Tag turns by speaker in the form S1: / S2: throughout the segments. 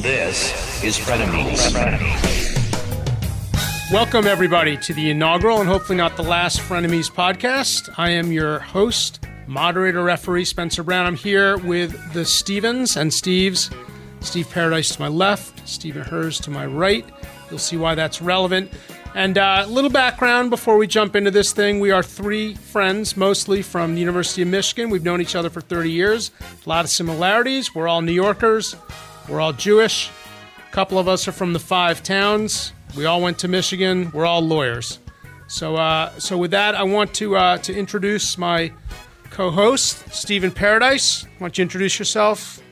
S1: This is Frenemies.
S2: Welcome, everybody, to the inaugural and hopefully not the last Frenemies podcast. I am your host, moderator, referee Spencer Brown. I'm here with the Stevens and Steves. Steve Paradise to my left, Stephen Hers to my right. You'll see why that's relevant. And uh, a little background before we jump into this thing. We are three friends, mostly from the University of Michigan. We've known each other for 30 years. A lot of similarities. We're all New Yorkers. We're all Jewish. A couple of us are from the five towns. We all went to Michigan. We're all lawyers. So, uh, so with that, I want to uh, to introduce my co-host, Stephen Paradise. Why don't you introduce yourself?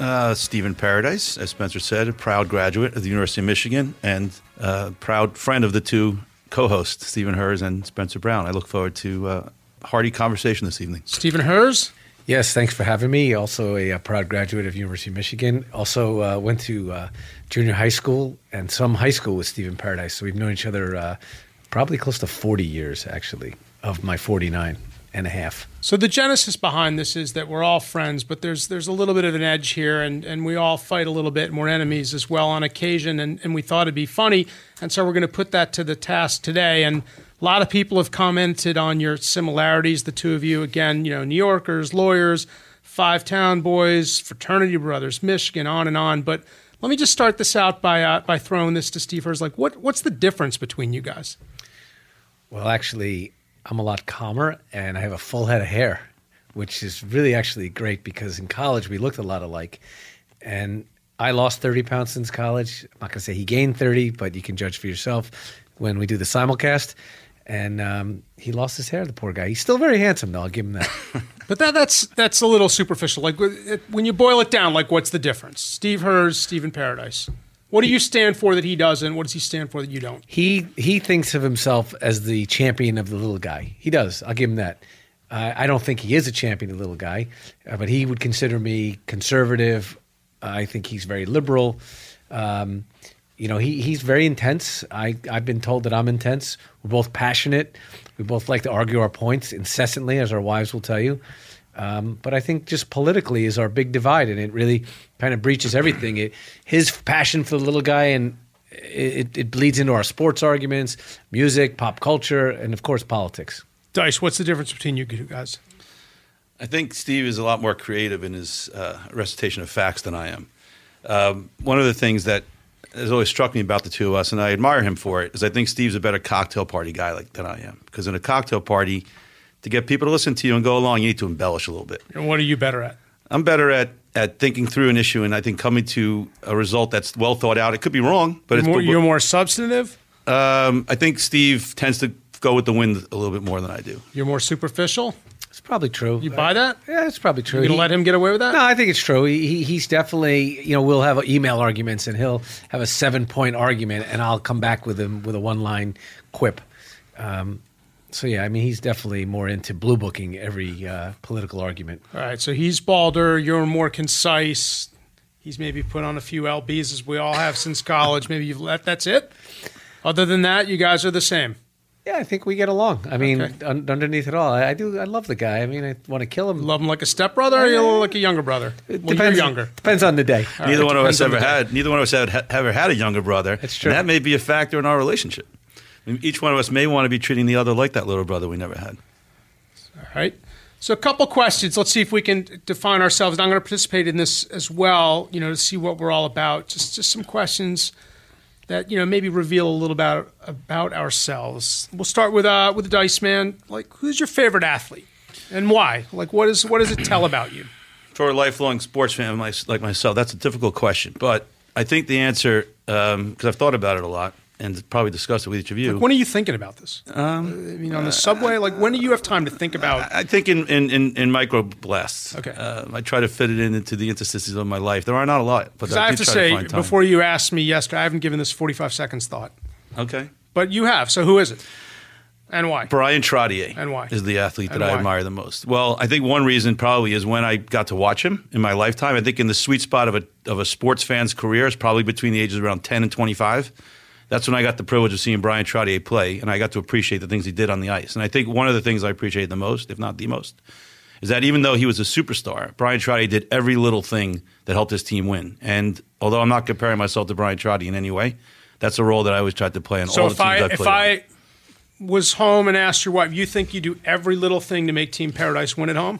S3: Uh, Stephen Paradise, as Spencer said, a proud graduate of the University of Michigan and a proud friend of the two co hosts, Stephen Hers and Spencer Brown. I look forward to uh, hearty conversation this evening.
S2: Stephen Hers.
S4: Yes, thanks for having me. Also, a, uh proud graduate of University of Michigan. Also, uh, went to uh, junior high school and some high school with Stephen Paradise. So we've known each other uh, probably close to 40 years, actually, of my 49 and a half.
S2: So the genesis behind this is that we're all friends, but there's there's a little bit of an edge here, and, and we all fight a little bit, and we're enemies as well on occasion, and, and we thought it'd be funny, and so we're going to put that to the task today. And a lot of people have commented on your similarities, the two of you again, you know, New Yorkers, lawyers, five town boys, fraternity brothers, Michigan, on and on. But let me just start this out by uh, by throwing this to Steve Hers. Like, what what's the difference between you guys?
S4: Well, actually, I'm a lot calmer and I have a full head of hair, which is really actually great because in college we looked a lot alike. And I lost 30 pounds since college. I'm not going to say he gained 30, but you can judge for yourself when we do the simulcast. And um, he lost his hair, the poor guy. He's still very handsome, though. I'll give him that.
S2: But that that's that's a little superficial. Like it- when you boil it down, like what's the difference? Steve Hers, Stephen Paradise. What do you stand for that he doesn't? What does he stand for that you don't?
S4: he he thinks of himself as the champion of the little guy. He does. I'll give him that. Uh, I don't think he is a champion of the little guy, uh, but he would consider me conservative. I think he's very liberal. Um, you know, he he's very intense. I I've been told that I'm intense. We're both passionate. We both like to argue our points incessantly, as our wives will tell you. Um, but I think just politically is our big divide, and it really kind of breaches everything. It, his passion for the little guy and it, it bleeds into our sports arguments, music, pop culture, and of course politics.
S2: Dice, what's the difference between you guys?
S3: I think Steve is a lot more creative in his uh, recitation of facts than I am. Um, one of the things that has always struck me about the two of us, and I admire him for it, is I think Steve's a better cocktail party guy like, than I am. Because in a cocktail party, to get people to listen to you and go along, you need to embellish a little bit.
S2: And what are you better at?
S3: I'm better at at thinking through an issue and I think coming to a result that's well thought out. It could be wrong, but it's
S2: More, you're more substantive.
S3: um, I think Steve tends to go with the wind a little bit more than I do.
S2: You're more superficial.
S4: It's probably true.
S2: You buy that?
S4: Yeah, it's probably true.
S2: You gonna
S4: He-
S2: let him get away with that?
S4: No, I think it's true. He, he- he's definitely, you know, we'll have email arguments and he'll have a seven point argument and I'll come back with him with a one line quip. Um, so, yeah, I mean, he's definitely more into blue booking every uh, political argument.
S2: All right, so he's balder. You're more concise. He's maybe put on a few lbs as we all have since college. Maybe you've left. That's it. Other than that, you guys are the same.
S4: Yeah, I think we get along. I mean,
S2: Okay.
S4: un- underneath it all, I, I do. I love the guy. I mean, I want to kill him.
S2: Love him like a stepbrother, or you love him like a younger brother.
S4: Uh, It
S2: Well, you're
S4: depends-
S2: younger.
S4: Depends on the day.
S3: neither
S2: it
S3: one of us
S2: depends on
S3: ever
S2: the day.
S3: had neither one of us had, had- ever had a younger brother.
S4: That's true.
S3: And that may be a factor in our relationship. I mean, each one of us may want to be treating the other like that little brother we never had.
S2: All right. So a couple questions. Let's see if we can define ourselves. And I'm going to participate in this as well. You know, to see what we're all about. Just just some questions that you know maybe reveal a little about about ourselves. We'll start with uh with the dice man. Like, who's your favorite athlete and why? Like, what is what does it tell about you?
S3: For a lifelong sports fan my- like myself, that's a difficult question. But I think the answer, because I've thought about it a lot and probably discussed it with each of you.
S2: When are you thinking about this? I mean, on the subway. Like, when do you have time to think about?
S3: Um, I think in in in, in microblasts.
S2: Okay.
S3: Um, I try to fit it in into the interstices of my life. There are not a lot, but
S2: Because I have to
S3: do try
S2: say,
S3: find time.
S2: before you asked me yesterday, I haven't given this 45 seconds thought,
S3: Okay.
S2: but you have. So who is it, and why?
S3: Brian Trottier
S2: And why?
S3: is the athlete
S2: And
S3: that I
S2: why?
S3: admire the most. Well, I think one reason probably is when I got to watch him in my lifetime. I think in the sweet spot of a of a sports fan's career is probably between the ages of around ten and twenty five. That's when I got the privilege of seeing Brian Trottier play, and I got to appreciate the things he did on the ice. And I think one of the things I appreciate the most, if not the most, is that even though he was a superstar, Brian Trottier did every little thing that helped his team win. And although I'm not comparing myself to Brian Trotty in any way, that's a role that I always tried to play in
S2: So
S3: all the
S2: if
S3: teams
S2: I
S3: have
S2: if
S3: played. on.
S2: I was home and asked your wife, you think you do every little thing to make Team Paradise win at home?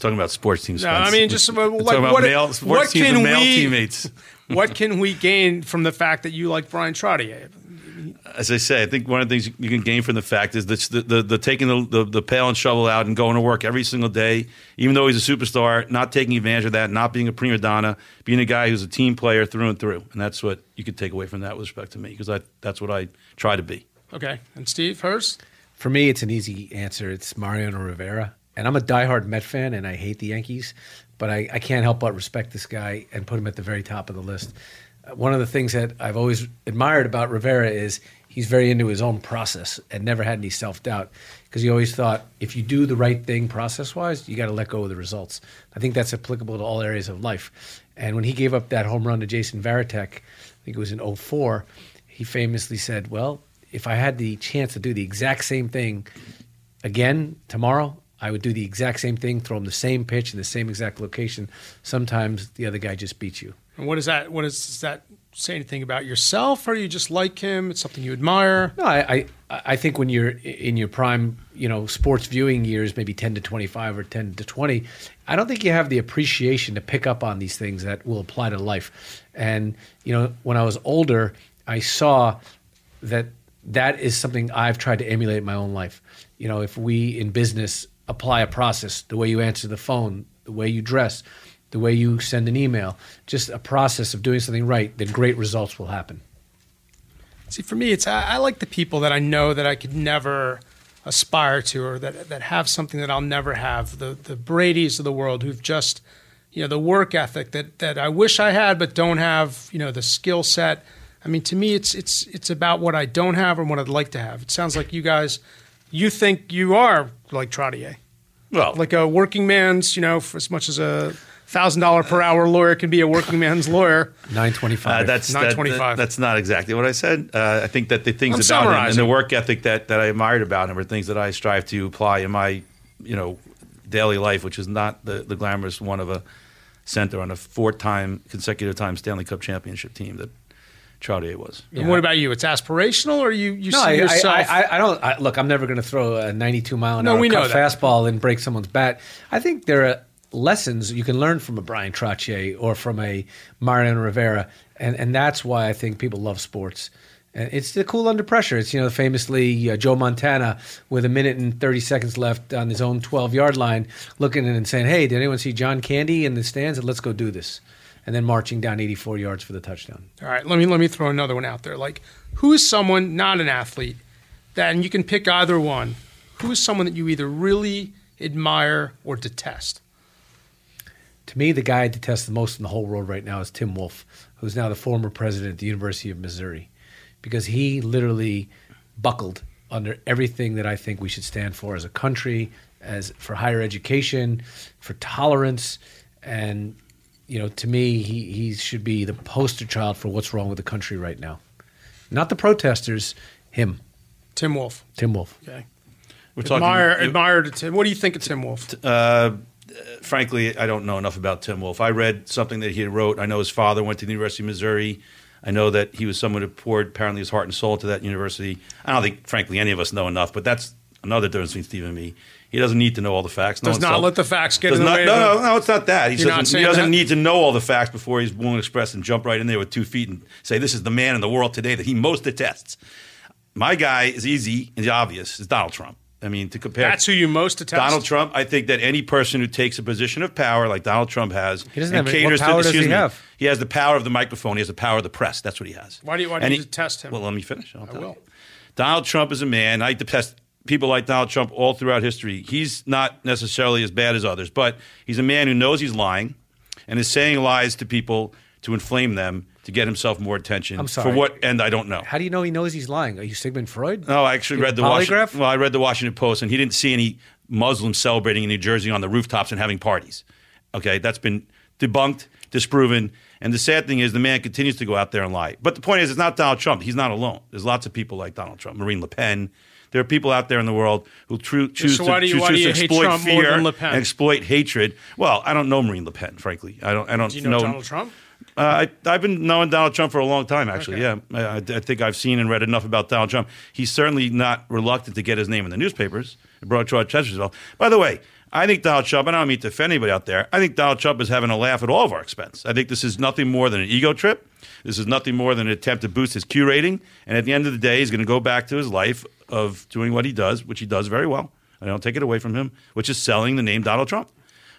S3: talking about sports teams.
S2: No, I mean just uh, like
S3: talking about
S2: what,
S3: male sports
S2: what
S3: teams
S2: can
S3: and male
S2: we
S3: teammates.
S2: what can we gain from the fact that you like Brian Trotty?
S3: As I say, I think one of the things you can gain from the fact is this, the, the the taking the, the the pail and shovel out and going to work every single day, even though he's a superstar, not taking advantage of that, not being a prima donna, being a guy who's a team player through and through, and that's what you could take away from that with respect to me because I that's what I try to be.
S2: Okay, and Steve, hers.
S4: For me, it's an easy answer. It's Mariano Rivera. And I'm a diehard Met fan and I hate the Yankees, but I, I can't help but respect this guy and put him at the very top of the list. Uh, One of the things that I've always admired about Rivera is he's very into his own process and never had any self doubt because he always thought if you do the right thing process wise, you got to let go of the results. I think that's applicable to all areas of life. And when he gave up that home run to Jason Varitek, I think it was in 04, he famously said, Well, if I had the chance to do the exact same thing again tomorrow, I would do the exact same thing, throw him the same pitch in the same exact location. Sometimes the other guy just beats you.
S2: And what is that? What is does that say anything about yourself, or you just like him? It's something you admire.
S4: No, I, I, I think when you're in your prime, you know, sports viewing years, maybe 10 to 25 or 10 to 20, I don't think you have the appreciation to pick up on these things that will apply to life. And, you know, when I was older, I saw that that is something I've tried to emulate in my own life. You know, if we in business apply a process, the way you answer the phone, the way you dress, the way you send an email, just a process of doing something right, then great results will happen.
S2: See, for me, it's I, I like the people that I know that I could never aspire to, or that that have something that I'll never have. The the Brady's of the world who've just, you know, the work ethic that that I wish I had but don't have. You know, the skill set. I mean, to me, it's it's it's about what I don't have and what I'd like to have. It sounds like you guys, you think you are like Trottier,
S3: Well,
S2: like a working man's. You know, for as much as a thousand dollar per hour lawyer can be a working man's lawyer.
S4: 925.
S3: Uh, that's that-
S2: 925.
S3: that- that's not exactly what I said. Uh, I think that the things
S2: I'm
S3: about him and
S2: summarizing.
S3: the work ethic that, that I admired about him are things that I strive to apply in my you know daily life, which is not the, the glamorous one of a center on a four time consecutive time Stanley Cup championship team that Trottier was.
S2: And what about you? It's aspirational, or you you
S4: No,
S2: see
S4: I, I,
S2: yourself?
S4: I, I don't I, look. I'm never going to throw a 92 mile an
S2: No,
S4: hour
S2: we know
S4: cut
S2: that.
S4: fastball and break someone's bat. I think there are lessons you can learn from a Brian Trottier or from a Mariano Rivera, and and that's why I think people love sports. And it's the cool under pressure. It's you know famously uh, Joe Montana with a minute and 30 seconds left on his own 12 yard line, looking in and saying, "Hey, did anyone see John Candy in the stands? And let's go do this." And then marching down 84 yards for the touchdown.
S2: All right, let me let me throw another one out there. Like, who is someone not an athlete that, and you can pick either one. Who is someone that you either really admire or detest?
S4: To me, the guy I detest the most in the whole world right now is Tim Wolf, who's now the former president of the University of Missouri, because he literally buckled under everything that I think we should stand for as a country, as for higher education, for tolerance, and you know, to me, he, he should be the poster child for what's wrong with the country right now, not the protesters, him,
S2: Tim Wolf.
S4: Tim Wolf.
S2: Okay.
S3: We're
S2: Admire,
S3: talking. uh,
S2: admire to Tim. What do you think of Tim Wolf?
S3: frankly, I don't know enough about Tim Wolf. I read something that he wrote. I know his father went to the University of Missouri. I know that he was someone who poured apparently his heart and soul to that university. I don't think, frankly, any of us know enough, but that's another difference between Steve and me. He doesn't need to know all the facts. No
S2: Does
S3: one
S2: not
S3: self-
S2: let the facts get
S3: does
S2: in the
S3: not-
S2: way of
S3: No,
S2: the-
S3: no, no, it's not that. He
S2: You're not
S3: doesn't,
S2: saying
S3: he doesn't
S2: that?
S3: need to know all the facts before he's willing to express and jump right in there with two feet and say, this is the man in the world today that he most detests. My guy is easy and obvious. It's Donald Trump. I mean, to compare
S2: That's who you most detest.
S3: Donald Trump. I think that any person who takes a position of power like Donald Trump has,
S4: He doesn't
S3: and
S4: have any- what
S3: caters
S4: power
S3: to,
S4: does
S3: excuse
S4: he
S3: me,
S4: have?
S3: He has the power of the microphone. He has the power of the press. That's what he has.
S2: Why do you- why do
S3: And
S2: you detest him?
S3: Well, let me finish. I'll tell
S2: will.
S3: you. Donald Trump is a man. I detest people like Donald Trump all throughout history. He's not necessarily as bad as others, but he's a man who knows he's lying and is saying lies to people to inflame them to get himself more attention.
S4: I'm sorry.
S3: For what end? I don't know.
S4: How do you know he knows he's lying? Are you Sigmund Freud?
S3: No, Oh, I actually
S4: You
S3: read the
S4: polygraph?
S3: Washington, well, I read the Washington Post, and he didn't see any Muslims celebrating in New Jersey on the rooftops and having parties. Okay, that's been debunked, disproven, and the sad thing is the man continues to go out there and lie. But the point is, it's not Donald Trump. He's not alone. There's lots of people like Donald Trump, Marine Le Pen. There are people out there in the world who tru- choose,
S2: so
S3: to,
S2: why do you-
S3: choose
S2: why
S3: to
S2: do you hate
S3: exploit
S2: Trump more
S3: fear
S2: than Le Pen?
S3: and exploit hatred. Well, I don't know Marine Le Pen, frankly. I don't. I don't
S2: Do you know Donald Trump?
S3: uh, I, I've been knowing Donald Trump for a long time, actually.
S2: Okay.
S3: Yeah, I, I I think I've seen and read enough about Donald Trump. He's certainly not reluctant to get his name in the newspapers. It brought George Chesterfield. By the way, I think Donald Trump, and I don't mean to offend anybody out there, I think Donald Trump is having a laugh at all of our expense. I think this is nothing more than an ego trip. This is nothing more than an attempt to boost his Q rating. And at the end of the day, he's going to go back to his life of doing what he does, which he does very well. I don't take it away from him, which is selling the name Donald Trump.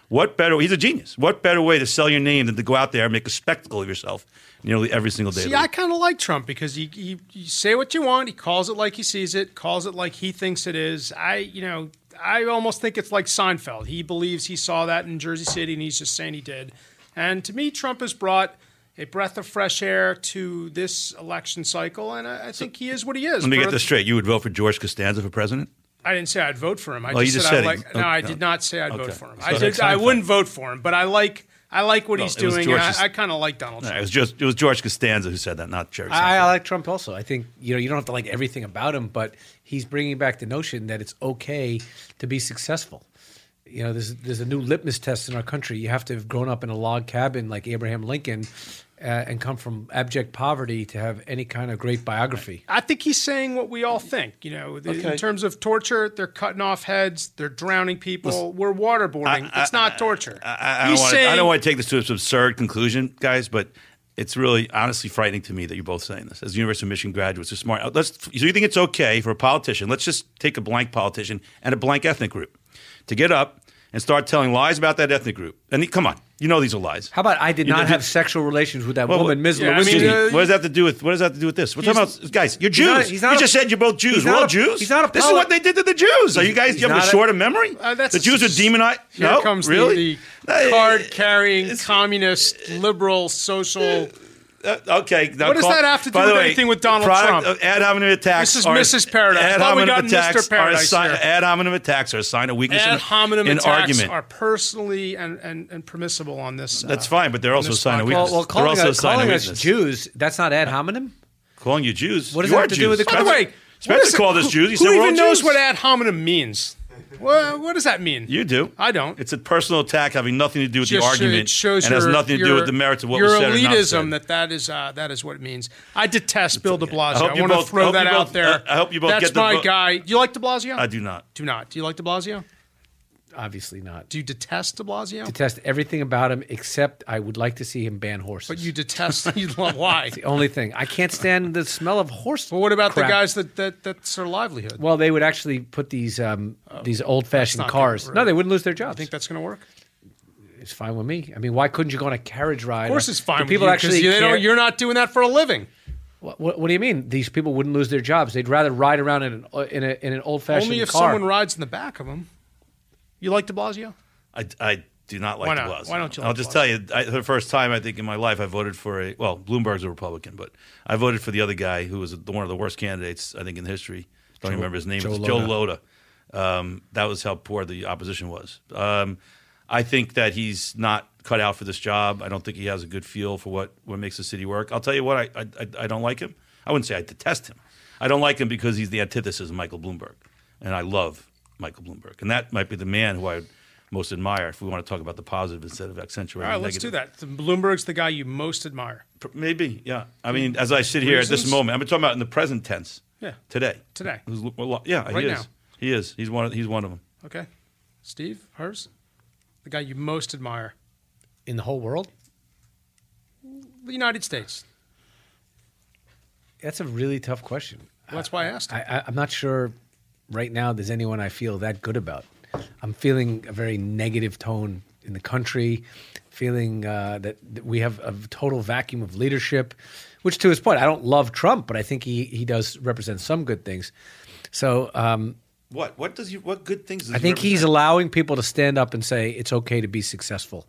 S3: What better? He's a genius. What better way to sell your name than to go out there and make a spectacle of yourself nearly every single day? of
S2: See,
S3: the
S2: I
S3: week?
S2: kind of like Trump because he, he, you say what you want. He calls it like he sees it, calls it like he thinks it is. I, you know, I almost think it's like Seinfeld. He believes he saw that in Jersey City and he's just saying he did. And to me, Trump has brought a breath of fresh air to this election cycle. And I, I think he is what he is.
S3: Let me
S2: For-
S3: get this straight. You would vote for George Costanza for president?
S2: I didn't say I'd vote for him. I
S3: Oh, you
S2: just,
S3: just
S2: said, I
S3: said it.
S2: like. No, I
S3: Okay.
S2: did not say I'd vote
S3: Okay.
S2: for him.
S3: So
S2: I
S3: it's
S2: did, I
S3: Seinfeld.
S2: wouldn't vote for him, but I like. I like what he's
S3: it was
S2: doing. and
S3: George's-
S2: I, I kind of like Donald Trump.
S3: No, it was just it was George Costanza who said that, not Jerry.
S4: I, I
S3: Seinfeld.
S4: like Trump also. I think you know you don't have to like everything about him, but he's bringing back the notion that it's okay to be successful. You know, there's there's a new litmus test in our country. You have to have grown up in a log cabin like Abraham Lincoln, uh, and come from abject poverty to have any kind of great biography.
S2: I think he's saying what we all think. You know, th- in
S3: Okay.
S2: terms of torture, they're cutting off heads, they're drowning people, we're waterboarding.
S3: I-
S2: it's not torture.
S3: I, I,
S2: he's
S3: don't wanna,
S2: saying
S3: I don't want to take this to its absurd conclusion, guys, but it's really honestly frightening to me that you're both saying this. As University of Michigan graduates, are smart. Uh, Let's, so you think it's okay for a politician, let's just take a blank politician and a blank ethnic group, to get up and start telling lies about that ethnic group. And the- come on, you know these are lies.
S4: How about I did
S3: You
S4: not
S3: did-
S4: have sexual relations with that
S3: Well,
S4: woman, Ms.
S2: yeah, I mean,
S4: Lewinsky?
S3: Excuse me.
S2: uh,
S3: what does that have to do with what does that have to do with this? We're talking
S4: He's-
S3: about guys. You're
S4: he's
S3: Jews.
S4: not- he's not
S3: you
S4: a-
S3: just said you're both Jews.
S4: he's
S3: We're
S4: not
S3: all
S4: a-
S3: Jews.
S4: he's not a
S3: this is
S4: poli-
S3: what they did to the Jews. Are you guys
S4: He's
S3: you have a
S4: not a-
S3: short of memory?
S2: Uh, that's-
S3: the Jews are demonized.
S2: here
S3: no,
S2: comes the-
S3: really.
S2: the,
S3: Uh,
S2: card carrying
S3: it's-
S2: communist liberal social.
S3: uh, okay. now
S2: What does that have to
S3: by
S2: do
S3: the
S2: with
S3: way,
S2: anything with Donald
S3: product
S2: Trump?
S3: Of ad hominem attacks.
S2: This is
S3: are-
S2: Mrs. Paradise.
S3: Ad
S2: Thought we
S3: hominem
S2: got Mr.
S3: attacks are a
S2: Paradise
S3: sign,
S2: here.
S3: ad hominem attacks are a sign of weakness in-
S2: Ad hominem
S3: in
S2: attacks
S3: argument.
S2: are personally and, and, and permissible on this.
S3: That's
S2: uh,
S3: fine, but they're
S2: on
S3: also a
S2: this
S3: sign of
S2: podcast.
S3: weakness.
S4: well, well,
S3: They're
S4: calling,
S3: also a
S4: us,
S3: sign of
S4: calling us
S3: weakness.
S4: Jews, that's not ad hominem.
S3: Calling you Jews.
S4: What does
S3: you
S4: that
S3: are
S4: have to do
S3: Jews.
S4: with the
S2: By the
S3: Spencer-
S2: way, what is it-
S3: Spencer called us Jews. He
S2: Who,
S3: said
S2: who
S3: we're all
S2: even knows
S3: Jews.
S2: what ad hominem means? What, what does that mean?
S3: You do.
S2: I don't.
S3: It's a personal attack having nothing to do with
S2: just
S3: the
S2: sho-
S3: argument.
S2: It shows
S3: and
S2: your,
S3: has nothing to do
S2: your-
S3: with the merits of what
S2: your
S3: was said or not
S2: elitism.
S3: said.
S2: That that is uh, that is what it means. I detest Bill De Blasio.
S3: I
S2: I,
S3: hope you
S2: want to
S3: both- I
S2: throw
S3: hope
S2: that
S3: you
S2: out
S3: both-
S2: there.
S3: I- I hope you both
S2: That's
S3: get the
S2: my
S3: vote.
S2: guy. Do you like De Blasio?
S3: I do not.
S2: Do not. Do you like De Blasio?
S4: Obviously not.
S2: Do you detest De Blasio?
S4: Detest everything about him except I would like to see him ban horses.
S2: you detest. you love why?
S4: the only thing I can't stand the smell of horse.
S2: But what about
S4: crap.
S2: the guys that that that's their livelihood?
S4: Well, they would actually put these um, these old
S2: Oh, not
S4: fashioned
S2: gonna
S4: cars.
S2: work.
S4: No, they wouldn't lose their
S2: I
S4: jobs.
S2: think that's going to work.
S4: it's fine with me. I mean, why couldn't you go on a carriage ride?
S2: Of course, it's fine.
S4: Do
S2: with
S4: people
S2: you 'cause
S4: actually.
S2: you, they
S4: care?
S2: don't, you're not doing that for a living.
S4: what, what, what do you mean? These people wouldn't lose their jobs. They'd rather ride around in an in, a, in an old fashioned
S2: Only if
S4: car.
S2: someone rides in the back of them. You like De Blasio?
S3: I, I do not like
S2: Why
S3: the
S2: not?
S3: Blasio.
S2: Why don't you
S3: I'll
S2: like
S3: just
S2: Blasio?
S3: tell you, I, for the first time I think in my life I voted for a well, Bloomberg's a Republican, but I voted for the other guy who was the, one of the worst candidates I think in history. Don't remember his name.
S4: Joe
S3: it's Joe Loda. Um, that was how poor the opposition was. Um, I think that he's not cut out for this job. I don't think he has a good feel for what, what makes the city work. I'll tell you what, I, I I- I don't like him. I wouldn't say I detest him. I don't like him because he's the antithesis of Michael Bloomberg, and I love Michael Bloomberg, and that might be the man who I would most admire if we want to talk about the positive instead of accentuating.
S2: All right, let's do that. Bloomberg's the guy you most admire.
S3: that. Maybe, yeah. I mean, as I sit here at
S2: Reasons?
S3: this moment, I'm talking about in the present tense.
S2: Yeah.
S3: Today.
S2: Today.
S3: Who's lo- well, yeah,
S2: Right
S3: he
S2: now.
S3: is. He is. He's one. Of, he's one of them.
S2: Okay. Steve, hers? The guy you most admire.
S4: in the whole world.
S2: The United States.
S4: That's a really tough question.
S2: That's why I asked.
S4: I, I, I'm not sure right now there's anyone I feel that good about. I'm feeling a very negative tone in the country, feeling uh, that, that we have a total vacuum of leadership, which to his point, I don't love Trump, but I think he, he does represent some good things. So um,
S3: What? What does you? What good things? Does
S4: I
S3: he
S4: think he's
S3: represent?
S4: allowing people to stand up and say it's okay to be successful.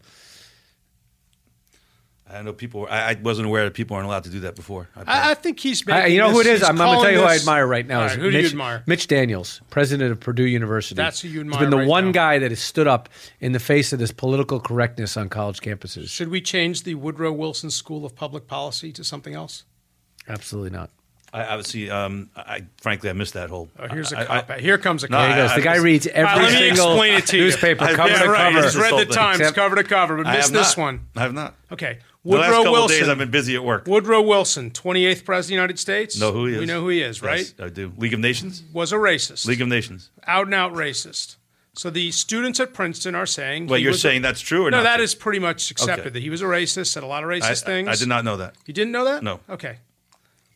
S3: I know people. were- I, I wasn't aware that people weren't allowed to do that before.
S2: I, I think he's
S4: I,
S2: making
S4: you know who it
S2: this-
S4: is?
S2: he's
S4: I'm, going to tell
S2: calling
S4: you who I
S2: this-
S4: admire right now.
S2: All
S4: is
S2: right, who do
S4: Mitch,
S2: you admire?
S4: Mitch Daniels, president of Purdue University.
S2: That's who you
S4: He's
S2: admire
S4: been the
S2: right
S4: one
S2: now.
S4: guy that has stood up in the face of this political correctness on college campuses.
S2: Should we change the Woodrow Wilson School of Public Policy to something else?
S4: Absolutely not.
S3: I obviously, um, I frankly, I missed that whole.
S2: Oh, here's
S3: I-
S2: a
S3: I-
S2: cop out. Here comes a
S3: No,
S2: cop
S4: There he goes.
S3: I-
S4: the guy
S3: I-
S4: reads
S2: All right,
S4: every
S2: let me
S4: single
S2: explain it to you.
S4: newspaper
S3: I-
S4: cover
S3: yeah,
S4: to
S3: right,
S4: cover.
S3: it's
S2: He's read the
S3: Except-
S2: Times
S4: except-
S2: cover to cover, but
S3: I
S2: missed
S3: have
S2: this
S3: not.
S2: one.
S3: I have not.
S2: Okay,
S3: The last
S2: Woodrow
S3: couple of days,
S2: Wilson.
S3: I've been busy at work.
S2: Woodrow Wilson, 28th President of the United States.
S3: know who he is?
S2: We know who he is,
S3: Yes,
S2: right?
S3: I do. League of Nations.
S2: Was a racist.
S3: League of Nations.
S2: out and out racist. So the students at Princeton are saying.
S3: Well,
S2: he
S3: you're
S2: was a-
S3: saying that's true or
S2: No,
S3: not?
S2: that
S3: true?
S2: is pretty much accepted
S3: Okay.
S2: that he was a racist, said a lot of
S3: I,
S2: racist
S3: I-
S2: things.
S3: I did not know that.
S2: You didn't know that?
S3: No.
S2: Okay.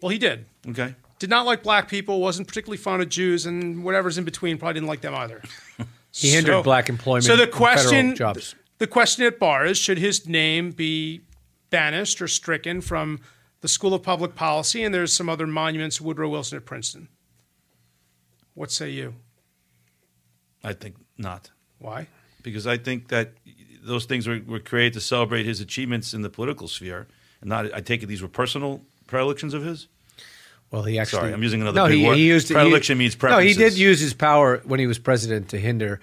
S2: Well, he did.
S3: Okay.
S2: Did not like black people, wasn't particularly fond of Jews, and whatever's in between probably didn't like them either.
S4: He hindered black employment.
S2: So the
S4: and federal
S2: question,
S4: jobs.
S2: the question at bar is: Should his name be banished or stricken from the School of Public Policy? And there's some other monuments: Woodrow Wilson at Princeton. What say you?
S3: I think not.
S2: Why?
S3: because I think that those things were, were created to celebrate his achievements in the political sphere, and not. I take it these were personal predilections of his.
S4: Well, he actually.
S3: Sorry, I'm using another big word.
S4: he-
S3: Predilection means preferences.
S4: No, he did use his power when he was president to hinder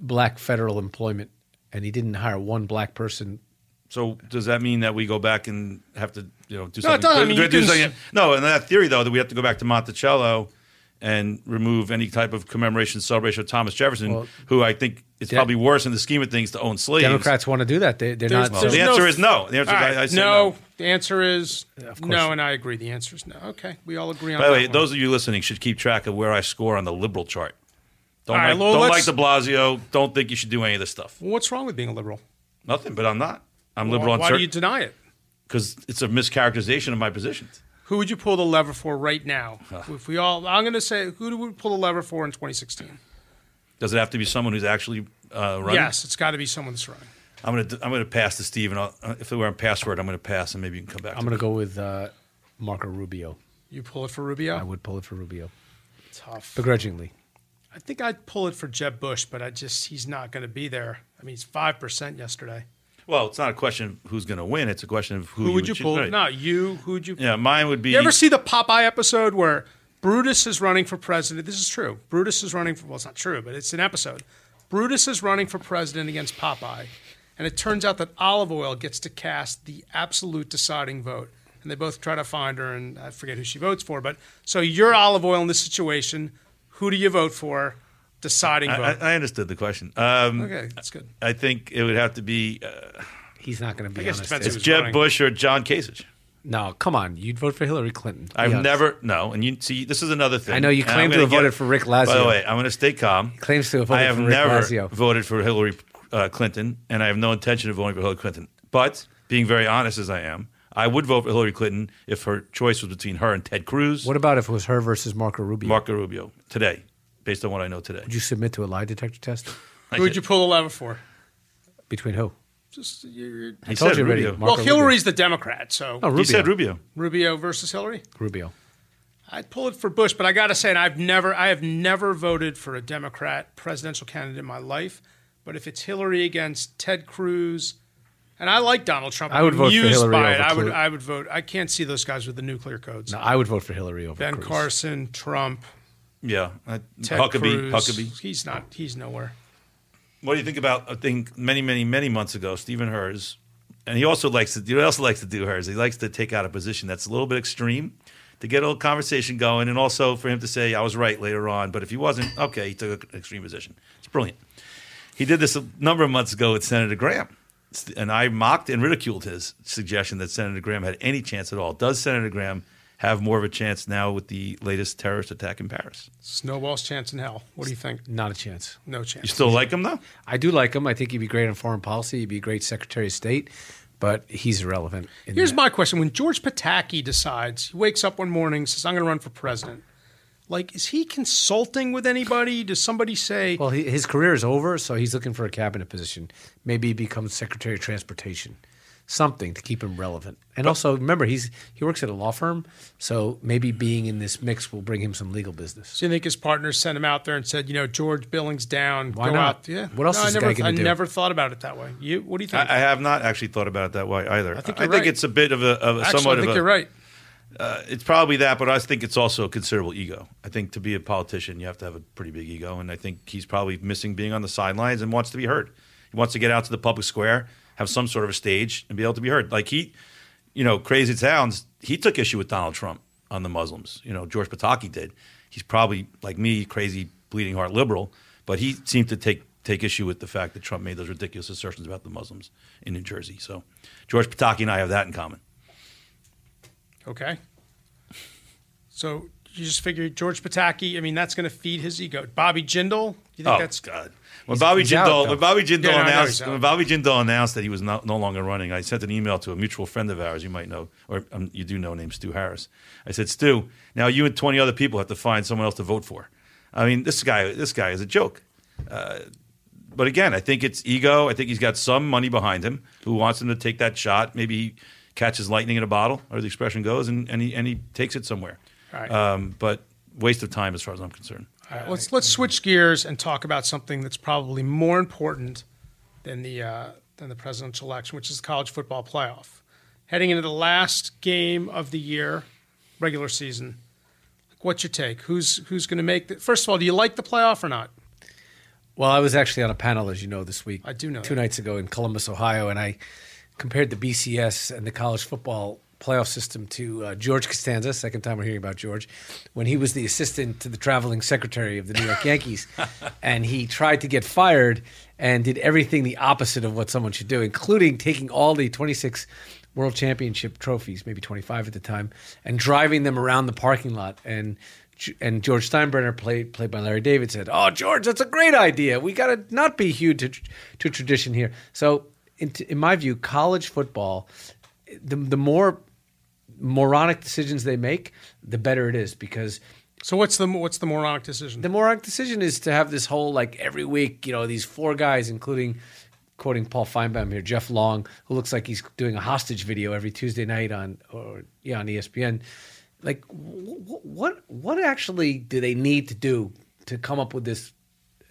S4: black federal employment, and he didn't hire one black person.
S3: So does that mean that we go back and have to, you know, do
S2: No, it
S3: something?
S2: doesn't. I mean,
S3: do we
S2: you
S3: do
S2: can-
S3: something- no, and that theory though that we have to go back to Monticello and remove any type of commemoration celebration of Thomas Jefferson, who I think it's
S4: Dem-
S3: probably worse in the scheme of things to own slaves.
S4: Democrats want to do that. They, they're
S2: There's-
S4: not.
S3: Well,
S2: there's
S3: the
S2: no-
S3: answer is no. The answer,
S2: All right,
S3: I, I say
S2: no, the answer is
S4: course.
S2: no, and I agree. The answer is no. Okay, we all agree on
S3: By
S2: that.
S3: the way,
S2: one.
S3: those of you listening should keep track of where I score on the liberal chart. Don't,
S2: All right,
S3: like,
S2: well,
S3: don't like
S2: let's-
S3: De Blasio. Don't think you should do any of this stuff.
S2: Well, what's wrong with being a liberal?
S3: Nothing, but I'm not. I'm
S2: Why,
S3: liberal on
S2: why do you
S3: certain
S2: deny it?
S3: because it's a mischaracterization of my positions.
S2: Who would you pull the lever for right now? If we all, I'm going to say, who do we pull the lever for in 2016?
S3: Does it have to be someone who's actually uh, running?
S2: Yes, it's got to be someone that's running.
S3: I'm gonna I'm gonna pass to Steve, and I'll, uh, if it were on password, I'm gonna pass, and maybe you can come back.
S4: I'm going to go with uh, Marco Rubio.
S2: You pull it for
S4: I
S2: Rubio.
S4: would pull it for Rubio
S2: Tough.
S4: begrudgingly.
S2: I think I'd pull it for Jeb Bush, but I just he's not going to be there. I mean, he's five percent yesterday.
S3: Well, it's not a question of who's gonna win. It's a question of who,
S2: Who would you
S3: choose,
S2: pull?
S3: right.
S2: Not you. Who would you?
S3: Yeah, mine would be.
S2: You ever see the Popeye episode where Brutus is running for president? This is true. Brutus is running for, well, it's not true, but it's an episode. Brutus is running for president against Popeye, and it turns out that olive oil gets to cast the absolute deciding vote. And they both try to find her, and I forget who she votes for, but so you're olive oil in this situation. Who do you vote for? Deciding
S3: I,
S2: vote.
S3: I- I understood the question. Um,
S2: okay, that's good.
S3: I think it would have to be uh,
S4: He's not going to be.
S2: guess it
S4: honest.
S2: depends
S3: it's
S2: who's
S3: Jeb
S2: running.
S3: Bush or John Kasich.
S4: No, come on. You'd vote for Hillary Clinton. Be
S3: I've
S4: honest.
S3: never no, and you see, this is another thing.
S4: I know you
S3: And I'm
S4: claim to
S3: gonna
S4: have
S3: get-
S4: voted for Rick Lazio.
S3: By the way, I'm going to stay calm.
S4: claims to have voted
S3: I have
S4: for Rick
S3: never
S4: Lazio.
S3: voted for Hillary uh, Clinton, and I have no intention of voting for Hillary Clinton. But being very honest as I am, I would vote for Hillary Clinton if her choice was between her and Ted Cruz,
S4: What about if it was her versus Marco Rubio?
S3: Marco Rubio today, based on what I know today.
S4: Would you submit to a lie detector test?
S3: I
S2: Who would
S3: did.
S2: you pull the lever for?
S4: Between who?
S2: Just you
S3: He
S4: told
S3: said
S4: you already,
S3: Rubio.
S4: Marco
S2: well,
S4: Rubio.
S2: Hillary's the Democrat, so
S4: Oh, Rubio.
S3: He said Rubio.
S2: Rubio versus Hillary.
S4: Rubio.
S2: I'd pull it for Bush, but I gotta say, and I've never, I have never voted for a Democrat presidential candidate in my life. But if it's Hillary against Ted Cruz, and I like Donald Trump,
S4: I would
S2: I'm
S4: vote for
S2: amused
S4: Hillary
S2: by it.
S4: over
S2: I would,
S4: Clu-
S2: I would vote. I can't see those guys with the nuclear codes.
S4: No, I would vote for Hillary over
S2: ben
S4: Cruz.
S2: Carson, Trump,
S3: Yeah, I-
S2: Ted
S3: Huckabee.
S2: Cruz.
S3: Huckabee.
S2: He's not. He's nowhere.
S3: What do you think about? I think many, many, many months ago, Stephen Hers, and he also likes to. He also likes to do hers. He likes to take out a position that's a little bit extreme to get a little conversation going, and also for him to say, "I was right" later on. But if he wasn't, okay, he took an extreme position. It's brilliant. He did this a number of months ago with Senator Graham, and I mocked and ridiculed his suggestion that Senator Graham had any chance at all. Does Senator Graham have more of a chance now with the latest terrorist attack in Paris?
S2: Snowball's chance in hell. What do you think?
S4: Not a chance.
S2: No
S3: You
S2: chance.
S3: still like him though?
S4: I do like him. I think he'd be great on foreign policy. He'd be a great Secretary of State, but he's irrelevant. In
S2: Here's
S4: that.
S2: my question: When George Pataki decides, he wakes up one morning, says, "I'm going to run for president." Like, is he consulting with anybody? Does somebody say?
S4: Well, he, his career is over, so he's looking for a cabinet position. Maybe he becomes Secretary of Transportation, something to keep him relevant. And also, remember, he's he works at a law firm, so maybe being in this mix will bring him some legal business.
S2: So you think his partners sent him out there and said, you know, George Billings down,
S4: Why
S2: go
S4: not?
S2: out? Yeah.
S4: What else
S2: I
S4: is this
S2: never,
S4: guy gonna
S2: I
S4: do?
S2: never thought about it that way. You, what do you think?
S3: I, I have not actually thought about it that way either. I
S2: think
S3: think,
S2: you're right.
S3: it's a bit of a, of a
S2: Actually,
S3: somewhat
S2: I think
S3: of a.
S2: you're right.
S3: uh, It's probably that, but I think it's also a considerable ego. I think to be a politician, you have to have a pretty big ego, and I think he's probably missing being on the sidelines and wants to be heard. He wants to get out to the public square, have some sort of a stage, and be able to be heard. Like he, you know, crazy as it sounds, he took issue with Donald Trump on the Muslims. You know, George Pataki did. He's probably like me, crazy bleeding heart liberal, but he seemed to take take issue with the fact that Trump made those ridiculous assertions about the Muslims in New Jersey. So George Pataki and I have that in common.
S2: Okay. So you just figure George Pataki. I mean, that's going to feed his ego. Bobby Jindal. You think
S3: oh
S2: that's
S3: God. When Bobby,
S4: he's out,
S3: Jindal,
S4: though.
S3: when Bobby Jindal
S2: Yeah, no, I know he's
S3: announced
S2: out.
S3: when Bobby Jindal announced that he was no, no longer running, I sent an email to a mutual friend of ours you might know, or um, you do know, named Stu Harris. I said, Stu, now you and twenty other people have to find someone else to vote for. I mean, this guy, this guy is a joke. Uh, but again, I think it's ego. I think he's got some money behind him who wants him to take that shot. Maybe he catches lightning in a bottle, or the expression goes, and, and, he, and he takes it somewhere.
S2: All right.
S3: Um, but waste of time as far as I'm concerned.
S2: All right, let's let's switch gears and talk about something that's probably more important than the uh, than the presidential election, which is the college football playoff. Heading into the last game of the year, regular season. What's your take? Who's who's going to make? The, first of all, do you like the playoff or not?
S4: Well, I was actually on a panel, as you know, this week.
S2: I do know
S4: Two
S2: that.
S4: nights ago in Columbus, Ohio, and I compared the BCS and the college football playoff system to uh, George Costanza. Second time we're hearing about George, when he was the assistant to the traveling secretary of the New York Yankees, and he tried to get fired and did everything the opposite of what someone should do, including taking all the 26 world championship trophies, maybe 25 at the time, and driving them around the parking lot. And and George Steinbrenner, played played by Larry David, said, "Oh, George, that's a great idea. We got to not be huge to, to tradition here." So, in, in my view, college football, the the more moronic decisions they make, the better it is because
S2: So what's the what's the moronic decision?
S4: the moronic decision is to have this whole like every week, you know, these four guys, including quoting Paul Feinbaum here, Jeff Long, who looks like he's doing a hostage video every Tuesday night on or yeah on E ESPN. Like, wh- wh- what what actually do they need to do to come up with this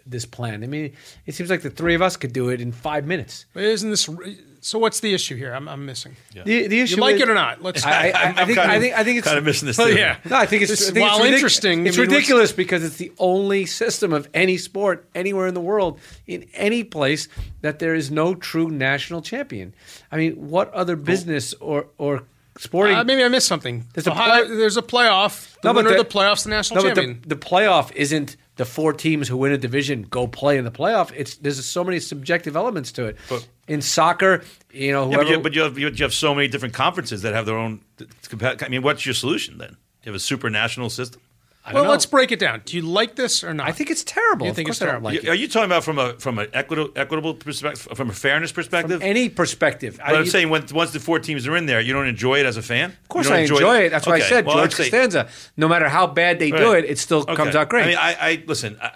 S4: this plan? I mean, it seems like the three of us could do it in five minutes.
S2: Isn't this re- so? What's the issue here? I'm, I'm missing.
S4: The, the issue
S2: You like
S4: is-
S2: it or not? Let's.
S4: I, I, I
S3: I'm
S4: think,
S3: kind
S4: I
S3: of-
S4: think I think it's
S3: kind of missing this
S2: Oh,
S3: too.
S2: yeah.
S4: No, I think it's,
S2: It's-
S4: I think
S2: while
S4: ridic-
S2: interesting,
S4: It's
S2: I mean, what's-
S4: ridiculous because it's the only system of any sport anywhere in the world, in any place, that there is no true national champion. I mean, what other business or or sporting?
S2: Uh, maybe I missed something.
S4: There's a
S2: Ohio-
S4: play-
S2: there's a playoff. The
S4: No, but
S2: winner
S4: the-
S2: of the playoffs, the national
S4: no, but
S2: champion.
S4: the, the playoff isn't the four teams who win a division go play in the playoff. It's there's so many subjective elements to it.
S3: But-
S4: in soccer, you know,
S3: Yeah,
S4: whoever
S3: but, you, but you, have, you have so many different conferences that have their own. it's compa- I mean, what's your solution then? You have a supranational system.
S4: I don't
S2: well,
S4: know.
S2: let's break it down. Do you like this or not?
S4: I think it's terrible.
S2: You
S4: Of
S2: think
S4: course
S2: it's
S4: I don't
S2: terrible.
S4: like
S3: Y- Are you talking about from a from an equitable, equitable perspective, from a fairness
S4: it.
S3: perspective?
S4: From any perspective.
S3: But
S4: I-
S3: I, am saying when, once the four teams are in there, you don't enjoy it as a fan.
S4: Of course, I enjoy, it. That's why I said George Costanza. No matter how bad they do
S3: Right.
S4: it, it still
S3: Okay.
S4: comes out great.
S3: I mean, I, I listen. I, I-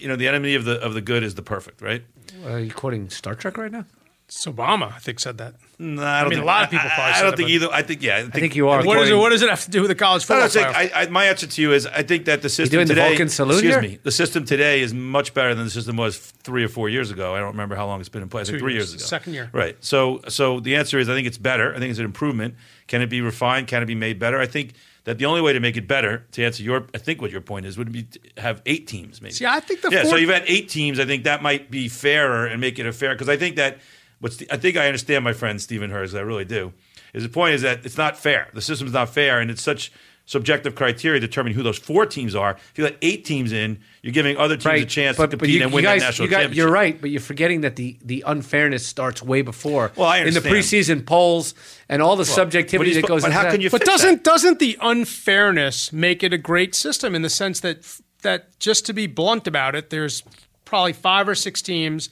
S3: you know, the enemy of the of the good is the perfect, right?
S4: Are you quoting Star Trek right now?
S2: it's Obama. I think said that.
S3: No, I, don't
S2: mean,
S3: think-
S2: a lot of people
S3: I-
S2: probably
S3: I, I
S2: said
S3: don't
S2: that,
S3: think
S2: but-
S3: either. I think yeah. I think,
S4: I think you are.
S2: What does, it,
S4: quoting-
S2: what does it have to do with the college
S3: No,
S2: football?
S3: no, it's like,
S2: playoff?
S3: I, I, my answer to you is I think that the system
S4: doing the
S3: today,
S4: Vulcan salute
S3: excuse
S4: here?
S3: me, the system today is much better than the system was three or four years ago. I don't remember how long it's been in place. Like
S2: Two
S3: three
S2: years.
S3: years ago,
S2: Second year.
S3: right? So, so the answer is I think it's better. I think it's an improvement. Can it be refined? Can it be made better? I think that the only way to make it better, to answer your, I think what your point is, would be to have eight teams. Maybe.
S2: See, I think the
S3: yeah. So
S2: four-
S3: you've had eight teams. I think that might be fairer and make it a fair because I think that what's the, I think I understand my friend Stephen Hers. I really do. Is the point is that it's not fair. The system's not fair, and it's such subjective criteria to determine who those four teams are. If you let eight teams in, you're giving other teams a chance to compete and win
S4: guys-
S3: that national
S4: you guys-
S3: championship.
S4: You're right, but you're forgetting that the, the unfairness starts way before.
S3: Well, I
S4: in the
S3: understand.
S4: preseason polls and all the subjectivity
S3: but he's-
S4: that goes.
S3: but
S4: into
S3: how
S4: that.
S3: can you
S2: but
S3: fix that?
S2: doesn't doesn't the unfairness make it a great system in the sense that that just to be blunt about it, there's probably five or six teams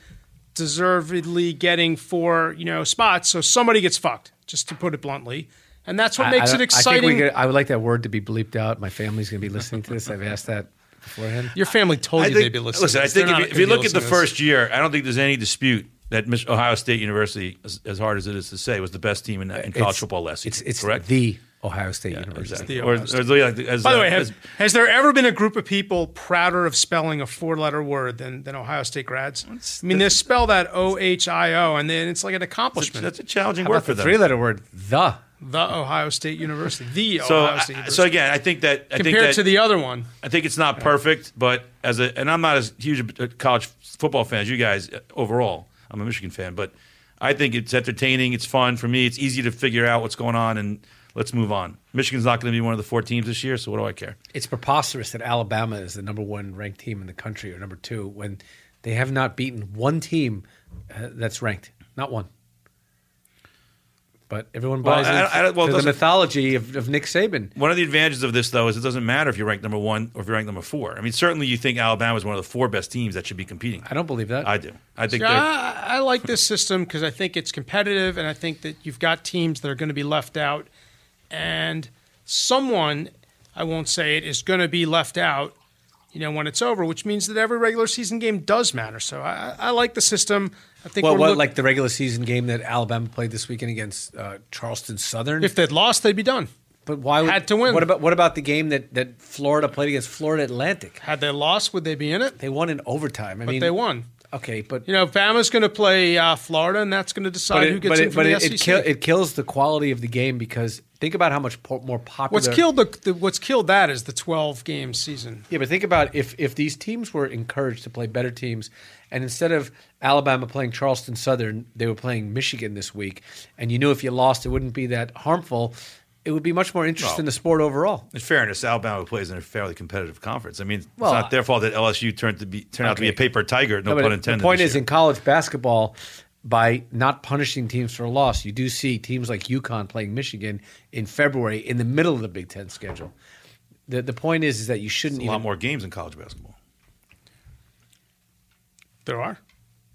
S2: deservedly getting four you know spots, so somebody gets fucked. Just to put it bluntly, and that's what
S4: I- I
S2: makes it
S4: don't- I, think
S2: exciting.
S4: we could- I would like that word to be bleeped out. My family's going to be listening to this. I've asked that beforehand.
S2: Your family told
S3: I
S2: you
S3: think,
S2: they'd be listening.
S3: listen,
S2: to
S3: I
S2: this. They're
S3: think if
S2: not
S3: you, if
S2: gonna
S3: you
S2: be
S3: look at the
S2: listening to this.
S3: first year, I don't think there's any dispute that Mich- Ohio State University, as, as hard as it is to say, was the best team in, in college
S4: It's-
S3: football last season.
S4: It's, it's
S3: correct.
S4: the Ohio State University.
S3: Exactly.
S2: the
S3: Or,
S2: Ohio
S3: or like, as,
S2: By the
S3: uh,
S2: way, has,
S3: as-
S2: has there ever been a group of people prouder of spelling a four-letter word than, than Ohio State grads? I mean, they spell that O H I O, and then it's like an accomplishment.
S3: that's a challenging
S4: How
S3: word
S4: about
S3: for
S4: the
S3: them.
S4: three-letter word, the.
S2: the Ohio State University, the
S3: So,
S2: Ohio State
S3: I-
S2: University,
S3: so again, I think that I
S2: compared
S3: think that,
S2: to the other one.
S3: I think it's not perfect, but as a and I'm not as huge a college football fan as you guys uh, overall. I'm a Michigan fan, but I think it's entertaining. It's fun for me. It's easy to figure out what's going on and Let's move on. Michigan's not going to be one of the four teams this year, so what do I care?
S4: It's preposterous that Alabama is the number one ranked team in the country or number two when they have not beaten one team uh, that's ranked, not one. But everyone
S3: Well,
S4: buys
S3: I-
S4: into
S3: I- I- well, it
S4: the
S3: doesn't-
S4: mythology of, of Nick Saban.
S3: One of the advantages of this, though, is it doesn't matter if you're ranked number one or if you're ranked number four. I mean, certainly you think Alabama is one of the four best teams that should be competing.
S4: I don't believe that.
S3: I do. I think they're.
S2: Yeah, I, I like this system because I think it's competitive, and I think that you've got teams that are going to be left out, and someone, I won't say it, is going to be left out. You know, when it's over, which means that every regular season game does matter. So I, I I like the system. I think
S4: well,
S2: we're
S4: what,
S2: look-
S4: like the regular season game that Alabama played this weekend against uh, Charleston Southern.
S2: if they'd lost, they'd be done.
S4: but why would,
S2: had to win.
S4: What about what about the game that, that Florida played against Florida Atlantic?
S2: Had they lost, would they be in it?
S4: They won in overtime. I
S2: But
S4: mean,
S2: they won.
S4: Okay, but
S2: You know, Bama's going to play uh, Florida, and that's going to decide
S4: but
S2: who
S4: it,
S2: gets
S4: but
S2: in
S4: it,
S2: from
S4: but
S2: the E
S4: it,
S2: SEC.
S3: E
S4: it, kill, it kills the quality of the game because think about how much po- more popular.
S2: what's killed the, the what's killed that is the twelve game season.
S4: Yeah, but think about if if these teams were encouraged to play better teams, and instead of Alabama playing Charleston Southern, they were playing Michigan this week, and you knew if you lost, it wouldn't be that harmful. It would be much more interesting
S3: Well-
S4: in the sport overall.
S3: In fairness, Alabama plays in a fairly competitive conference. I mean,
S4: Well,
S3: it's not their fault that LSU turned to be turned out to be a
S4: Okay.
S3: paper tiger. No,
S4: No, but
S3: pun
S4: the-
S3: intended.
S4: The point
S3: this
S4: is,
S3: year.
S4: in college basketball, by not punishing teams for a loss, you do see teams like UConn playing Michigan in February in the middle of the Big Ten schedule. The the point is, is that you shouldn't
S3: There's a lot
S4: even
S3: more games in college basketball.
S2: There are.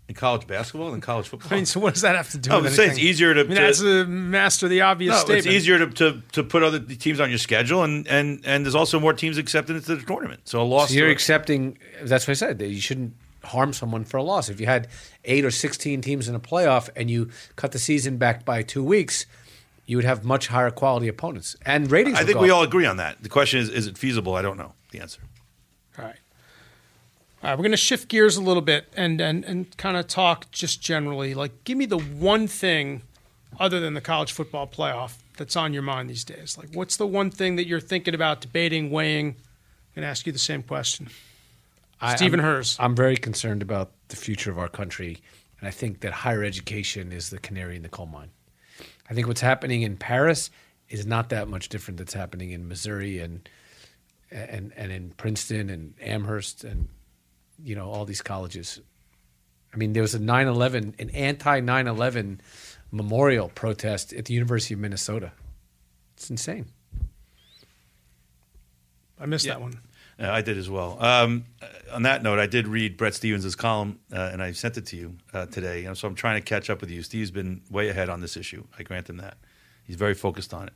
S3: In college basketball than college football.
S2: I mean, so what does that have to do?
S3: No,
S2: with
S3: I'm saying it's
S2: anything?
S3: easier to-
S2: I mean,
S3: to-
S2: that's to master the obvious
S3: no,
S2: statement.
S3: it's easier to, to, to put other teams on your schedule, and, and, and there's also more teams accepted into the tournament. So a loss.
S4: So you're
S3: to-
S4: accepting. That's what I said. That you shouldn't harm someone for a loss. If you had eight or sixteen teams in a playoff and you cut the season back by two weeks, you would have much higher quality opponents and ratings.
S3: I
S4: would
S3: think
S4: go
S3: we
S4: up.
S3: all agree on that. The question is, is it feasible? I don't know the answer.
S2: All right. All right, we're going to shift gears a little bit and and and kind of talk just generally. Like, give me the one thing other than the college football playoff that's on your mind these days. Like, what's the one thing that you're thinking about, debating, weighing? I'm going to ask you the same question.
S4: I-
S2: Stephen
S4: I'm-
S2: Hers.
S4: I'm very concerned about the future of our country, and I think that higher education is the canary in the coal mine. I think what's happening in Paris is not that much different that's happening in Missouri and and and in Princeton and Amherst and you know all these colleges. I mean, there was a 9/11, an anti-9/11 memorial protest at the University of Minnesota. It's insane.
S2: I missed that one.
S3: Uh, I did as well. Um, uh, on that note, I did read Brett Stevens' column, uh, and I sent it to you uh, today. And so I'm trying to catch up with you. Steve's been way ahead on this issue. I grant him that. He's very focused on it.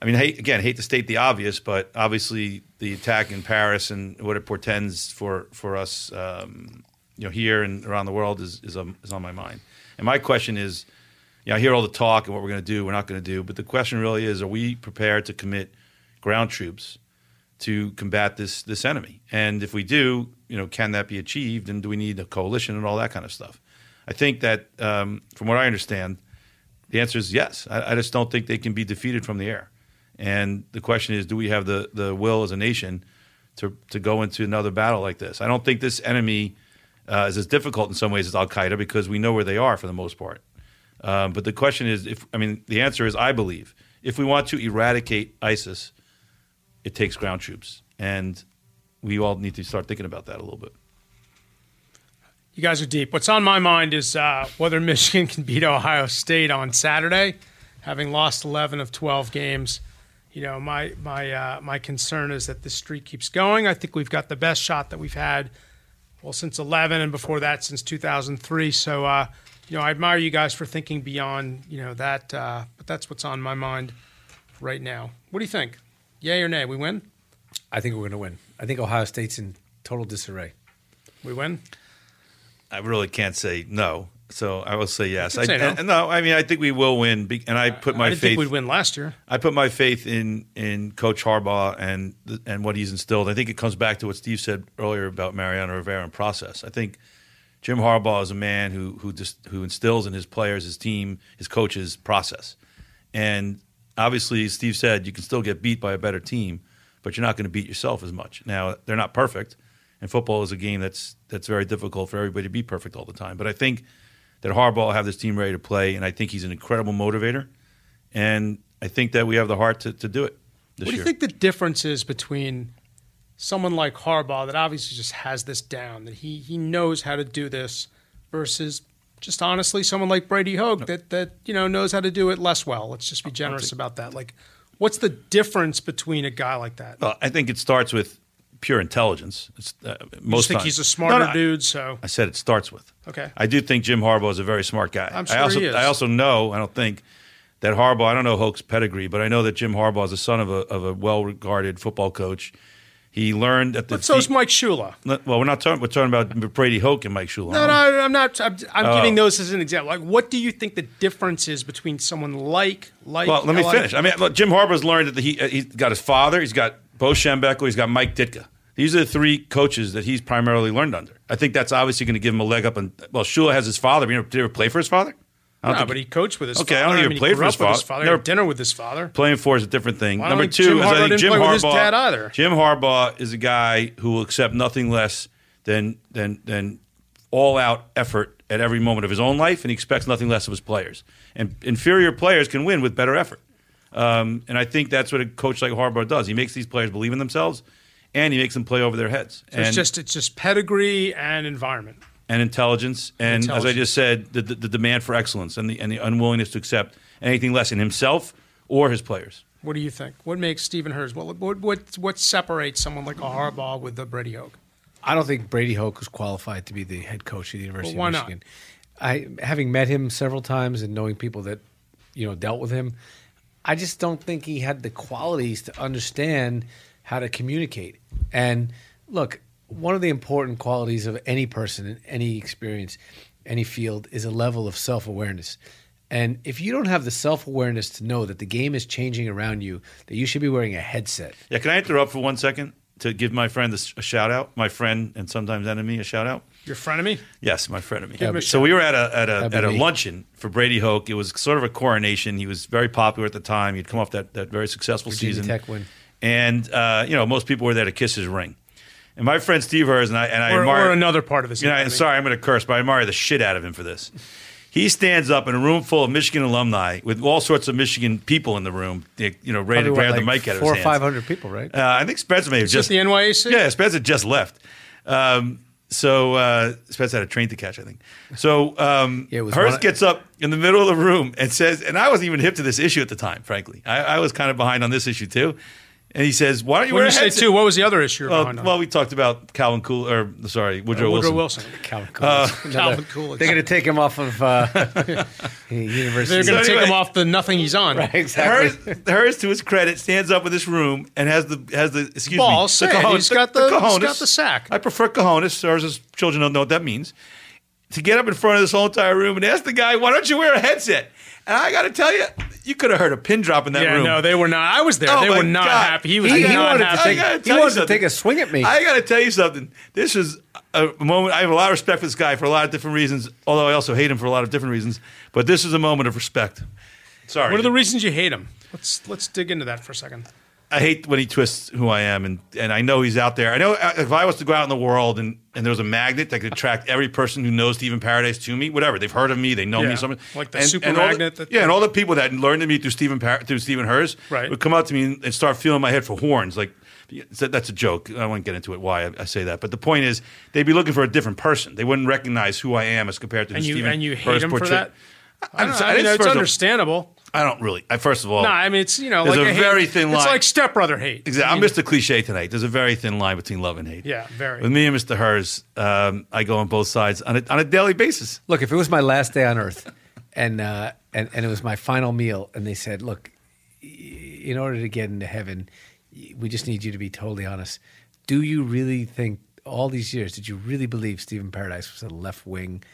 S3: I mean, hate, again, hate to state the obvious, but obviously the attack in Paris and what it portends for for us, um, you know, here and around the world is is, um, is on my mind. And my question is, you know, I hear all the talk and what we're going to do, we're not going to do, but the question really is, are we prepared to commit ground troops? to combat this this enemy? And if we do, you know, can that be achieved? And do we need a coalition and all that kind of stuff? I think that, um, from what I understand, the answer is yes. I, I just don't think they can be defeated from the air. And the question is, do we have the the will as a nation to to go into another battle like this? I don't think this enemy uh, is as difficult in some ways as Al Qaeda because we know where they are for the most part. Um, but the question is, if I mean, the answer is, I believe, if we want to eradicate ISIS, it takes ground troops, and we all need to start thinking about that a little bit.
S2: You guys are deep. What's on my mind is uh, whether Michigan can beat Ohio State on Saturday, having lost 11 of 12 games. You know, my my uh, my concern is that this streak keeps going. I think we've got the best shot that we've had, well, since 11, and before that, since 2003. So, uh, you know, I admire you guys for thinking beyond, you know, that. Uh, but that's what's on my mind right now. What do you think? Yay or nay? We win.
S4: I think we're going to win. I think Ohio State's in total disarray.
S2: We win.
S3: I really can't say no, so I will say yes.
S2: You
S3: I,
S2: can say no.
S3: and- no, I mean I think we will win, be- and I put my
S2: I didn't think
S3: faith.
S2: we'd win last year.
S3: I put my faith in in Coach Harbaugh and th- and what he's instilled. I think it comes back to what Steve said earlier about Mariano Rivera and process. I think Jim Harbaugh is a man who who just who instills in his players, his team, his coaches process. And obviously, as Steve said, you can still get beat by a better team, but you're not going to beat yourself as much. Now they're not perfect, and football is a game that's that's very difficult for everybody to be perfect all the time. But I think that Harbaugh will have this team ready to play, and I think he's an incredible motivator. And I think that we have the heart to, to do it this
S2: What do you
S3: year.
S2: think the difference is between someone like Harbaugh that obviously just has this down, that he he knows how to do this, versus just honestly someone like Brady Hoke that that you know knows how to do it less well. Let's just be generous about that. Like, what's the difference between a guy like that?
S3: Well, I think it starts with pure intelligence. It's, uh,
S2: I
S3: most
S2: just think
S3: time-
S2: he's a
S3: No,
S2: smarter
S3: no, I-
S2: dude. So
S3: I said it starts with.
S2: Okay.
S3: I do think Jim Harbaugh is a very smart guy.
S2: I'm sure
S3: I also,
S2: he is.
S3: I also know, I don't think that Harbaugh, I don't know Hoke's pedigree, but I know that Jim Harbaugh is the son of a, of a well regarded football coach. He learned at the.
S2: but so is
S3: feet-
S2: Mike Shula.
S3: Well, we're not talking, we're talking about Brady Hoke and Mike Shula.
S2: No, no, I'm not. I'm, I'm
S3: Oh.
S2: giving those as an example. Like, what do you think the difference is between someone like like?
S3: Well, let me
S2: like-
S3: finish. I mean, look, Jim Harbaugh's learned that he, uh, he's got his father, he's got Bo Schembechler, he's got Mike Ditka. These are the three coaches that he's primarily learned under. I think that's obviously going to give him a leg up. And well, Shula has his father. You know, did he ever play for his father? I
S2: No,
S3: think
S2: but he coached with his
S3: Okay, I
S2: father.
S3: don't even
S2: mean, he
S3: play for
S2: grew
S3: his
S2: up with
S3: father.
S2: He had
S3: Never-
S2: dinner with his father.
S3: playing for is a different thing.
S2: Well, I don't
S3: Number
S2: think
S3: two
S2: Jim
S3: is I
S2: Harbaugh
S3: think
S2: didn't
S3: Jim
S2: play
S3: Harbaugh.
S2: with his dad either.
S3: Jim Harbaugh is a guy who will accept nothing less than than than all out effort at every moment of his own life, and he expects nothing less of his players. And inferior players can win with better effort. Um, and I think that's what a coach like Harbaugh does. He makes these players believe in themselves, and he makes them play over their heads. and,
S2: it's just it's just pedigree and environment.
S3: and intelligence, and as I
S2: Intelligence.
S3: just said, the, the, the demand for excellence and the and the unwillingness to accept anything less in himself or his players.
S2: What do you think? What makes Stephen Hurst? What what what, what separates someone like a Harbaugh with the Brady Hoke?
S4: I don't think Brady Hoke is qualified to be the head coach of the University
S2: Well, why
S4: of
S2: not?
S4: Michigan. I having met him several times and knowing people that you know dealt with him, I just don't think he had the qualities to understand how to communicate. And look, one of the important qualities of any person in any experience, any field is a level of self-awareness. And if you don't have the self-awareness to know that the game is changing around you, that you should be wearing a headset,
S3: Yeah, can I interrupt for one second to give my friend a, a shout out? My friend and sometimes enemy a shout out.
S2: Your frenemy?
S3: Yes, my friend
S2: Give him a
S3: So we were at a at a
S4: That'd
S3: at a
S4: be me.
S3: luncheon for Brady Hoke. It was sort of a coronation. He was very popular at the time. He'd come off that, that very successful
S4: Virginia
S3: season.
S4: Tech win.
S3: And uh, you know, most people were there to kiss his ring. And my friend Steve Hers and I and I
S2: Or,
S3: admire
S2: or another part of his
S3: you know,
S2: enemy.
S3: I'm sorry, I'm going to curse, but I admire the shit out of him for this. He stands up in a room full of Michigan alumni with all sorts of Michigan people in the room, you know, ready to
S4: Probably
S3: grab
S4: what,
S3: the
S4: like
S3: mic out of his
S4: four or
S3: hands.
S4: five hundred people, right?
S3: Uh, I think Spencer may have
S2: Is this
S3: just
S2: the NYAC?
S3: Yeah, Spencer just left. Um, so uh, Spencer had a train to catch, I think. So um,
S4: Yeah, it was
S3: Hurst
S4: one-
S3: gets up in the middle of the room and says, and I wasn't even hip to this issue at the time, frankly. I, I was kind of behind on this issue too. And he says, "Why don't you
S2: When
S3: wear
S2: you
S3: a
S2: say
S3: headset?"
S2: two, what was the other issue? you're
S3: well,
S2: behind on? Uh,
S3: well, we talked about Calvin Cool or sorry, Woodrow,
S2: Woodrow Wilson.
S3: Wilson.
S4: Uh, Calvin Coolidge. Another-
S2: Calvin Coolidge.
S4: They're going to take him off of uh, university.
S2: They're going to
S3: So
S2: take him
S3: anyway-
S2: off the nothing he's on.
S4: exactly.
S3: Hers, hers, to his credit, stands up in this room and has the has the excuse
S2: Balls
S3: me,
S2: said. He's got the- he's got the sack.
S3: I prefer cojones. Hers children don't know what that means. To get up in front of this whole entire room and ask the guy, "Why don't you wear a headset?" And I got to tell you, you could have heard a pin drop in that
S2: Yeah,
S3: room.
S2: no, they were not. I was there.
S3: Oh,
S2: they
S3: my
S2: were not
S3: God.
S2: happy. He was
S4: He-
S2: not
S4: he wanted to
S2: happy.
S3: I gotta
S4: He
S3: tell you
S4: wanted to
S3: something.
S4: take a swing at me.
S3: I got to tell you something. This is a moment. I have a lot of respect for this guy for a lot of different reasons. Although I also hate him for a lot of different reasons. But this is a moment of respect. Sorry.
S2: What are the reasons you hate him? Let's let's dig into that for a second.
S3: I hate when he twists who I am, and, and I know he's out there. I know uh, if I was to go out in the world and, and there was a magnet that could attract every person who knows Stephen Paradise to me, whatever they've heard of me, they know
S2: Yeah.
S3: me, something
S2: Like the
S3: and,
S2: super
S3: and all the-
S2: magnet that-
S3: yeah, and all the people that learned to me through Stephen Par- through Stephen Hers
S2: Right.
S3: would come up to me and, and start feeling my head for horns. Like so that's a joke. I won't get into it why I, I say that, but the point is they'd be looking for a different person. They wouldn't recognize who I am as compared to
S2: And
S3: who
S2: you
S3: Stephen
S2: and you hate
S3: Hers
S2: him for
S3: portray-
S2: that. I, don't
S3: didn't-
S2: know.
S3: I
S2: I mean,
S3: didn't-
S2: it's
S3: first of all-
S2: understandable.
S3: I don't really. I first of all,
S2: No, I mean it's you know
S3: There's
S2: like
S3: a
S2: hate-
S3: very thin
S2: It's
S3: line.
S2: like stepbrother hate.
S3: Exactly. I'm just a cliche tonight. There's a very thin line between love and hate.
S2: Yeah, very.
S3: With me and Mr. Hers, um, I go on both sides on a, on a daily basis.
S4: Look, if it was my last day on earth and, uh, and, and it was my final meal, and they said, look, y- in order to get into heaven, y- we just need you to be totally honest. Do you really think all these years, did you really believe Stephen Paradise was a left wing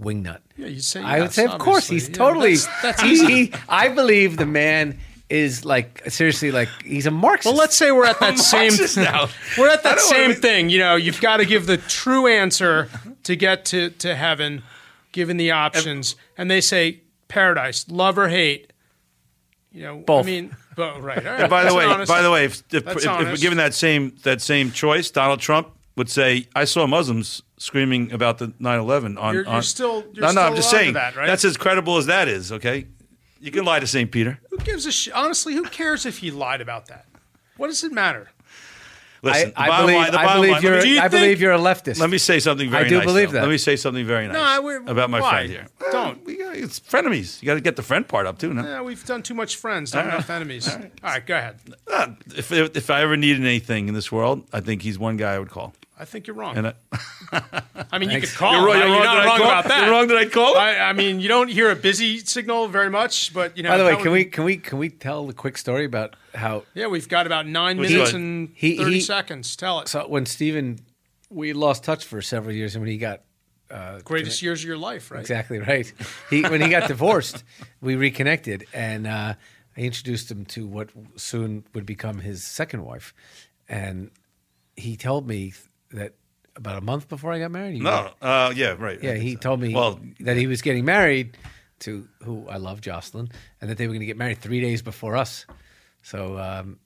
S4: wingnut?
S2: Yeah, you'd say
S4: I would
S2: yes,
S4: say, of course,
S2: obviously.
S4: he's
S2: Yeah,
S4: totally.
S2: that's- that's
S4: he-
S2: easy.
S4: he- I believe the man is like, seriously, like, he's a
S2: Well,
S4: Marxist.
S2: let's say we're at that
S3: I'm
S2: same.
S3: Marxist now.
S2: We're at
S3: I
S2: that
S3: don't wanna
S2: same
S3: be-
S2: thing. You know, you've got to give the true answer to get to to heaven, given the options, and they say paradise, love or hate. You know,
S4: Both.
S2: I mean, but, right. all right,
S3: And by the
S2: that's
S3: way,
S2: honest.
S3: by the way, if, if,
S2: That's
S3: if- if
S2: honest.
S3: given that same that same choice, Donald Trump would say, "I saw Muslims screaming about the 9/11 on."
S2: You're- you're
S3: on-
S2: still- you're
S3: no, no.
S2: still
S3: I'm just
S2: onto
S3: saying
S2: that, right?
S3: that's as credible as that is. Okay, You can lie to St. Peter.
S2: Who gives a sh- honestly? Who cares if he lied about that? What does it matter?
S3: Listen,
S4: I,
S3: the
S4: I
S3: bottom
S4: believe,
S3: line- the
S4: I
S3: bottom
S4: believe
S3: line-
S4: you're,
S3: do you
S4: I
S3: think-
S4: believe you're a leftist.
S3: Let me say something very
S4: I do
S3: nice,
S4: believe
S3: though.
S4: that.
S3: Let me say something very nice
S2: I would-
S3: about my
S2: why?
S3: friend here.
S2: Don't.
S3: We gotta, it's frenemies. You got to get the friend part up too. No?
S2: Yeah, Eh, we've done too much friends, not enough enemies. All right. go ahead.
S3: Uh, if, if if I ever needed anything in this world, I think he's one guy I would call.
S2: I think you're wrong.
S3: And I,
S2: I mean, you could call.
S3: You're wrong-
S2: him.
S3: you're wrong
S2: not
S3: that I
S2: wrong
S3: call-
S2: about that.
S3: you're wrong that I call him?
S2: I, I mean, you don't hear a busy signal very much, but you know.
S4: By the way,
S2: that
S4: can
S2: would-
S4: we can we can we tell the quick story about how
S2: Yeah, we've got about nine
S3: Which
S2: minutes
S3: one?
S2: and
S4: He-
S2: thirty
S4: he-
S2: seconds. Tell it.
S4: so when Stephen we lost touch for several years and when he got
S2: Greatest years of your life, right?
S4: exactly right he when he got divorced we reconnected and uh, I introduced him to what soon would become his second wife and he told me that about a month before I got married you
S3: no, uh, yeah, right. I
S4: Yeah,
S3: think
S4: he
S3: so.
S4: told me
S3: Well,
S4: that he was getting married to who I love, Jocelyn, and that they were going to get married three days before us. So, um,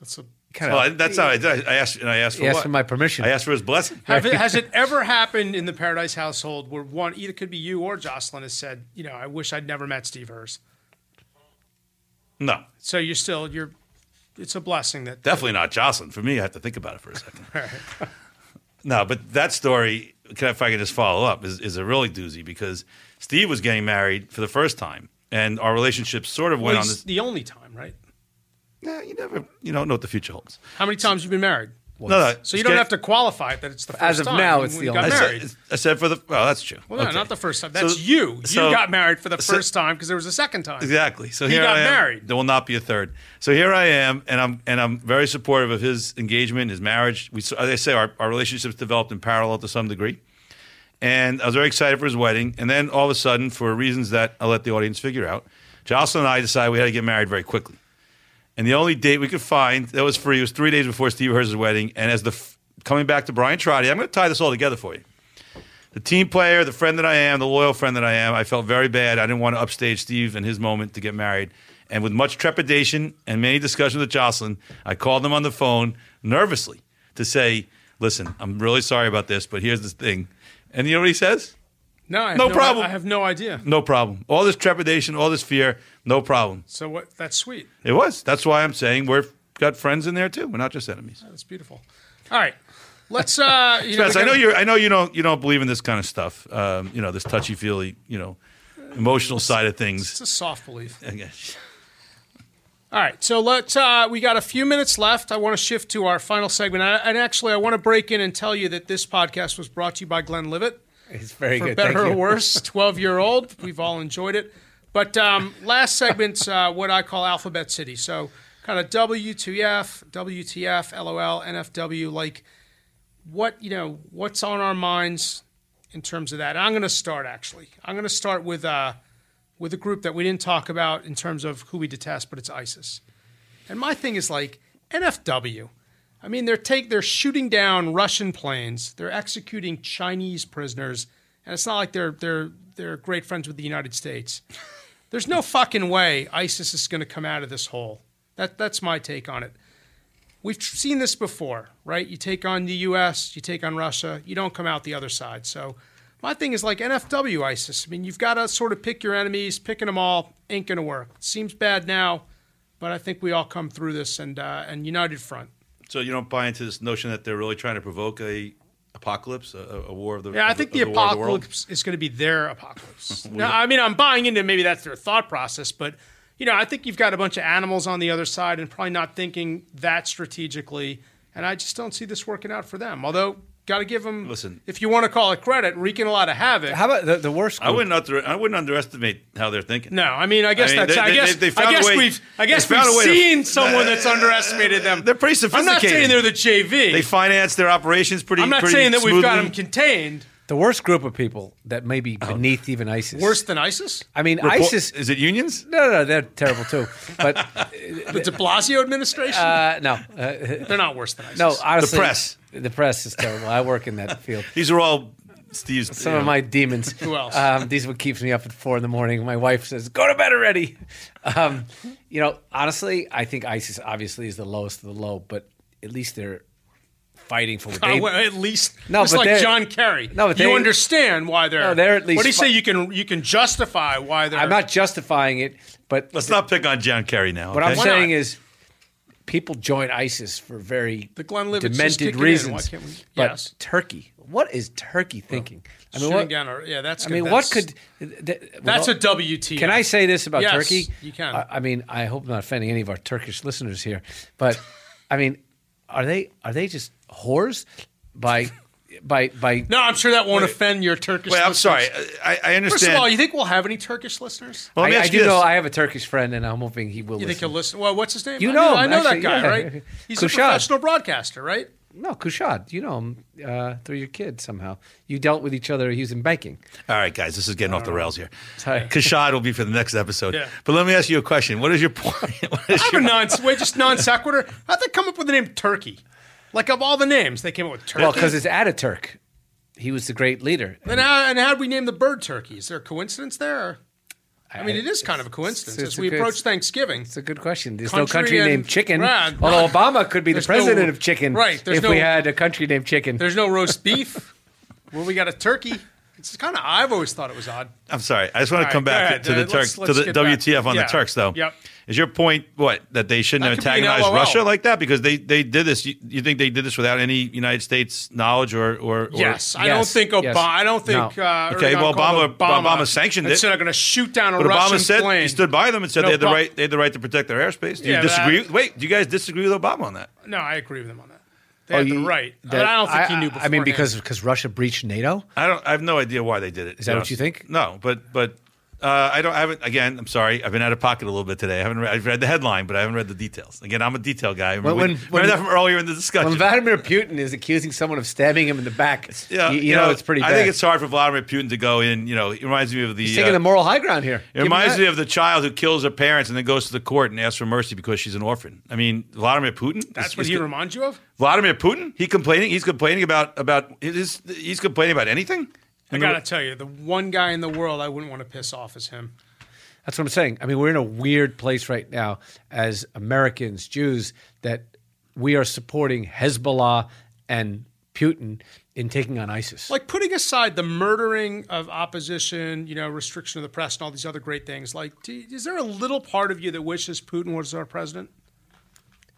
S2: That's a-
S4: kind of,
S3: well, that's how I, did. I asked, and I asked for
S4: he asked
S3: what?
S4: for my permission.
S3: I asked for his blessing.
S2: Have it, has it ever happened in the Paradise household where one, either could be you or Jocelyn, has said, you know, I wish I'd never met Steve Hurst.
S3: No,
S2: So you're still, you're, it's a blessing that.
S3: definitely not Jocelyn. For me, I have to think about it for a second. no, but that story, can, if I could just follow up, is, is a really doozy because Steve was getting married for the first time, and our relationship sort of went
S2: Well,
S3: on
S2: it's
S3: this.
S2: the only time, right?
S3: Yeah, you never, you don't know what the future holds.
S2: How many times you been married?
S3: No, no,
S2: So you
S3: it's
S2: don't
S3: getting-
S2: have to qualify it that it's the first
S4: As of
S2: time.
S4: now,
S2: when
S4: it's
S2: you
S4: the
S2: got
S3: I
S4: only-
S2: married.
S3: said, I said for the. Well, that's true.
S2: well, no,
S3: Okay.
S2: not the first time.
S3: So-
S2: That's you. You
S3: so-
S2: got married for the
S3: so-
S2: first time because there was a second time.
S3: Exactly. So
S2: He
S3: here
S2: got
S3: I am.
S2: married.
S3: There will not be a third. So here I am, and I'm and I'm very supportive of his engagement, his marriage. We, as I say, our, our relationships developed in parallel to some degree, and I was very excited for his wedding. And then all of a sudden, for reasons that I'll let the audience figure out, Jocelyn and I decided we had to get married very quickly. And the only date we could find that was free was three days before Steve Herz's wedding. And as the f- coming back to Brian Trotty, I'm going to tie this all together for you. The team player, the friend that I am, the loyal friend that I am, I felt very bad. I didn't want to upstage Steve and his moment to get married. And with much trepidation and many discussions with Jocelyn, I called him on the phone nervously to say, Listen, I'm really sorry about this, but here's the thing. And you know what he says?
S2: No, I have
S3: No problem.
S2: I have no idea.
S3: No problem. All this trepidation, all this fear, no problem.
S2: So what? That's sweet.
S3: It was. That's why I'm saying we're got friends in there too. We're not just enemies.
S2: That's beautiful. All right. Let's. uh you know,
S3: Yes,
S2: we
S3: I know
S2: gotta-
S3: you. I know you don't. You don't believe in this kind of stuff. Um, you know this touchy feely. You know, emotional side of
S2: It's
S3: things.
S2: a soft belief.
S3: Okay.
S2: All right, so let's. Uh, we got a few minutes left. I want to shift to our final segment, I, and actually, I want to break in and tell you that this podcast was brought to you by Glenn Livett.
S4: it's very
S2: For
S4: good.
S2: better
S4: Thank
S2: or
S4: you.
S2: worse, twelve-year-old. We've all enjoyed it. But um, last segment's uh, what I call Alphabet City. So kind of WTF, WTF, LOL, NFW. Like what you know, what's on our minds in terms of that. I'm going to start actually. I'm going to start with uh, with a group that we didn't talk about in terms of who we detest, but it's ISIS. And my thing is like NFW. I mean, they're take they're shooting down Russian planes. They're executing Chinese prisoners, and it's not like they're they're they're great friends with the United States. There's no fucking way ISIS is going to come out of this hole. That that's my take on it. We've tr- seen this before, right? You take on the U.S., you take on Russia, you don't come out the other side. So, my thing is like NFW ISIS. I mean, you've got to sort of pick your enemies. Picking them all ain't going to work. Seems bad now, but I think we all come through this and uh, and united front.
S3: So you don't buy into this notion that they're really trying to provoke a apocalypse, a, a war of the
S2: Yeah, I
S3: of
S2: think
S3: of
S2: the
S3: war of world?
S2: apocalypse is going to be their apocalypse. no, I mean, I'm buying into maybe that's their thought process, but you know, I think you've got a bunch of animals on the other side and probably not thinking that strategically. And I just don't see this working out for them. Although, got to give them.
S3: Listen.
S2: if you want to call it credit, Rican allowed to have it.
S4: How about the, the worst?
S3: I
S4: group?
S3: wouldn't. Under, I wouldn't underestimate how they're thinking.
S2: no, I mean, I guess
S3: I mean,
S2: that's.
S3: they-
S2: I
S3: they-
S2: guess.
S3: they- they found
S2: I
S3: a
S2: guess
S3: way-
S2: we've. I guess
S3: they
S2: we've
S3: found a way to-
S2: seen someone that's underestimated them.
S3: They're pretty
S2: I'm not
S3: sophisticated.
S2: saying they're the JV.
S3: They finance their operations pretty.
S2: I'm not
S3: pretty
S2: saying that we've got them
S3: smoothly.
S2: contained.
S4: the worst group of people that may be beneath even ISIS.
S2: Worse than ISIS.
S4: I mean,
S3: Oh. Report-
S4: ISIS.
S3: Is it unions?
S4: No, no, no, they're terrible too. But
S2: The De Blasio administration.
S4: uh, no, uh,
S2: they're not worse than ISIS.
S4: no. Honestly,
S3: press.
S4: The press is terrible. I work in that field.
S3: These are all Steve's.
S4: Some
S3: you
S4: of
S3: know.
S4: my demons.
S2: Who else?
S4: Um, these are what keeps me up at four in the morning. My wife says, "Go to bed already." Um, you know, honestly, I think ISIS obviously is the lowest of the low, but at least they're fighting for what
S2: Uh,
S4: they.
S2: well, at least
S4: No,
S2: it's
S4: but
S2: like
S4: they're-
S2: John Kerry.
S4: No, but
S2: you
S4: they-
S2: understand why they're.
S4: No, they're at least
S2: What do you
S4: fi-
S2: say? You can you can justify why they're.
S4: I'm not justifying it, but
S3: Let's not pick on John Kerry now.
S4: what I'm
S3: okay?
S2: Why not?
S4: saying is, people join ISIS for very
S2: The Glenn Livet's just
S4: demented
S2: kicking in. Why
S4: reasons.
S2: can't we-
S4: But
S2: Yes.
S4: Turkey, what is Turkey thinking? I mean,
S2: shooting
S4: what,
S2: down our- yeah, that's.
S4: I mean,
S2: good.
S4: what
S2: That's-
S4: could? th- th-
S2: That's
S4: well,
S2: a WT.
S4: Can I say this about
S2: Yes,
S4: Turkey?
S2: you can.
S4: I, I mean, I hope I'm not offending any of our Turkish listeners here, but I mean, are they are they just whores by by by?
S2: No, I'm sure that won't offend your Turkish.
S3: Wait, I'm
S2: listeners.
S3: sorry. I, I
S2: First
S3: understand.
S2: of all, you think we'll have any Turkish listeners?
S3: Well, let me
S4: I, I
S3: ask
S4: do
S3: you
S4: know
S3: this.
S4: I have a Turkish friend, and I'm hoping he will.
S2: You think
S4: listen.
S2: he'll listen? Well, what's his name?
S4: You
S2: I
S4: know
S2: mean, I
S4: him,
S2: know
S4: actually,
S2: that guy,
S4: yeah.
S2: right? He's
S4: Kushad.
S2: a professional broadcaster, right?
S4: No, Kushad, you know him uh, through your kid somehow. You dealt with each other. He was in banking.
S3: All right, guys, this is getting off the rails here.
S4: Sorry.
S3: Kashad will be for the next episode.
S2: Yeah.
S3: But let me ask you a question. What is your point? What is
S2: I have a
S3: your-
S2: non wait, just non sequitur. How'd they come up with the name Turkey? Like of all the names, they came up with Turkey.
S4: Well, because it's Ataturk. He was the great leader.
S2: Then how, and how do we name the bird turkey? Is there a coincidence there? Or? I mean, it is kind of a coincidence
S4: it's- it's
S2: as we
S4: a good-
S2: approach Thanksgiving.
S4: It's a good question. There's no
S2: Country
S4: country
S2: and-
S4: named Chicken.
S2: Right.
S4: Although Obama could be the
S2: There's
S4: president
S2: no-
S4: of Chicken
S2: Right, there's
S4: if we
S2: no-
S4: had a country named Chicken.
S2: There's no roast beef. well, we got a turkey. It's kind of I've always thought it was odd.
S3: I'm sorry. I just want
S2: All
S3: to
S2: right,
S3: come
S2: go
S3: back
S2: ahead.
S3: to the
S2: Uh, let's-
S3: Turks, to
S2: let's
S3: the
S2: get back.
S3: WTF on
S2: Yeah.
S3: the Turks, though.
S2: Yep.
S3: Is your point what that they shouldn't
S2: That could be an
S3: antagonize
S2: LOL.
S3: Russia like that because they, they did this? You, you think they did this without any United States knowledge or or, or
S2: Yes, I
S4: yes,
S2: don't think Obama.
S4: yes.
S2: I don't think.
S4: No.
S2: Uh,
S3: Okay,
S2: Erdogan
S3: well,
S2: called
S3: Obama-
S2: Obama,
S3: Obama sanctioned
S2: and
S3: it.
S2: Said I'm going to shoot down a
S3: But
S2: Russian
S3: Obama said
S2: plane.
S3: he stood by them and said
S2: No,
S3: they had the
S2: Bob-
S3: right they had the right to protect their airspace. Do you
S2: Yeah, but
S3: disagree?
S2: I-
S3: with- wait, do you guys disagree with Obama on that?
S2: No, I agree with him on that.
S3: Oh,
S2: They had the
S4: Oh, you-
S2: right.
S4: that-
S2: but I don't think he knew.
S4: I mean,
S2: beforehand.
S4: because because Russia breached NATO.
S3: I don't. I have no idea why they did it. Is
S4: that what you think?
S3: No, but but uh, I don't. I haven't. Again, I'm sorry. I've been out of pocket a little bit today. I haven't. Read, I've read the headline, but I haven't read the details. Again, I'm a detail guy. Remember,
S4: Well,
S3: we-
S4: when-
S3: remember
S4: when-
S3: that from earlier in the discussion.
S4: When Vladimir Putin is accusing someone of stabbing him in the back,
S3: yeah,
S4: you, you know, it's pretty bad.
S3: I think it's hard for Vladimir Putin to go in. You know, it reminds me of the.
S4: He's taking
S3: uh,
S4: the moral high ground here.
S3: it reminds me of the child who kills her parents and then goes to the court and asks for mercy because she's an orphan. I mean, Vladimir Putin.
S2: that's
S3: is-
S2: what
S3: is
S2: he
S3: co-
S2: reminds you of.
S3: Vladimir Putin. He complaining. He's complaining about about his. He's complaining about anything.
S2: I gotta tell you, the one guy in the world I wouldn't want to piss off is him.
S4: That's what I'm saying. I mean, we're in a weird place right now as Americans, Jews, that we are supporting Hezbollah and Putin in taking on ISIS.
S2: Like putting aside the murdering of opposition, you know, restriction of the press, and all these other great things. Like, do, is there a little part of you that wishes Putin was our president?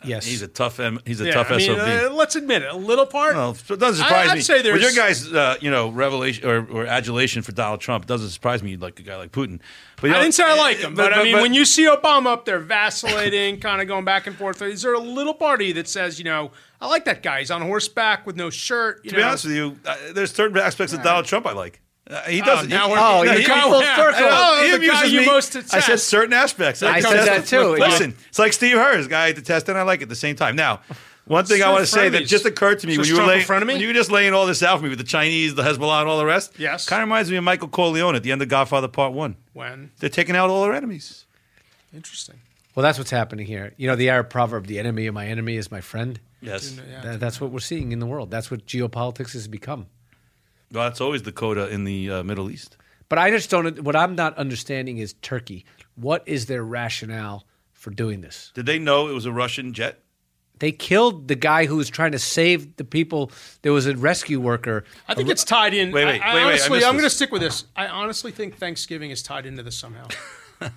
S4: yes,
S3: He's a tough. M- He's a
S2: Yeah,
S3: tough
S2: I mean,
S3: sob.
S2: uh, let's admit it, a little part.
S3: Well, so it doesn't surprise
S2: I- I'd
S3: me.
S2: say there's-
S3: With your guys, uh, you know, revelation or, or adulation for Donald Trump it doesn't surprise me. You'd like a guy like Putin. But
S2: I
S3: you know- uh,
S2: didn't say I like him, but, I mean,
S3: but-
S2: when you see Obama up there vacillating, kind of going back and forth, is there a little part of you that says, you know, I like that guy? He's on horseback with no shirt. You
S3: to
S2: know?
S3: be honest with you, uh, there's certain aspects of Donald Trump I like. Uh, he doesn't.
S2: now
S3: he-
S2: we're-
S3: no,
S4: Oh, you're
S3: he-
S4: coming
S3: he-
S4: full
S3: no,
S4: circle.
S3: no,
S2: Oh,
S3: he
S2: the guy
S3: amuses
S2: you
S3: me.
S2: most
S3: I said
S2: detest.
S3: certain aspects.
S4: I
S3: detest
S4: said that
S3: him.
S4: too.
S3: Listen, it's like Steve Hurst, guy I detest and I like at the same time. Now. One thing I
S2: Sure,
S3: want to say that
S2: frenemies.
S3: just occurred to me
S2: So
S3: when
S2: is
S3: you were
S2: Trump a
S3: laying,
S2: frenemy?
S3: when you were just laying all this out for me with the Chinese, the Hezbollah, and all the rest.
S2: Yes.
S3: kind of reminds me of Michael Corleone at the end of Godfather Part One.
S2: when
S3: They're taking out all their enemies.
S2: interesting,
S4: Well, that's what's happening here. You know, the Arab proverb, the enemy of my enemy is my friend.
S3: Yes.
S2: yeah.
S4: Th- that's what we're seeing in the world. That's what geopolitics has become.
S3: Well, that's always the coda in the uh, Middle East.
S4: But I just don't, what I'm not understanding is Turkey. What is their rationale for doing this?
S3: Did they know it was a Russian jet?
S4: They killed the guy who was trying to save the people. There was a rescue worker.
S2: I think it's tied in.
S3: Wait, wait,
S2: I, I
S3: wait, wait, I
S2: honestly,
S3: missed
S2: I'm going to
S3: this.
S2: stick with this. I honestly think Thanksgiving is tied into this somehow.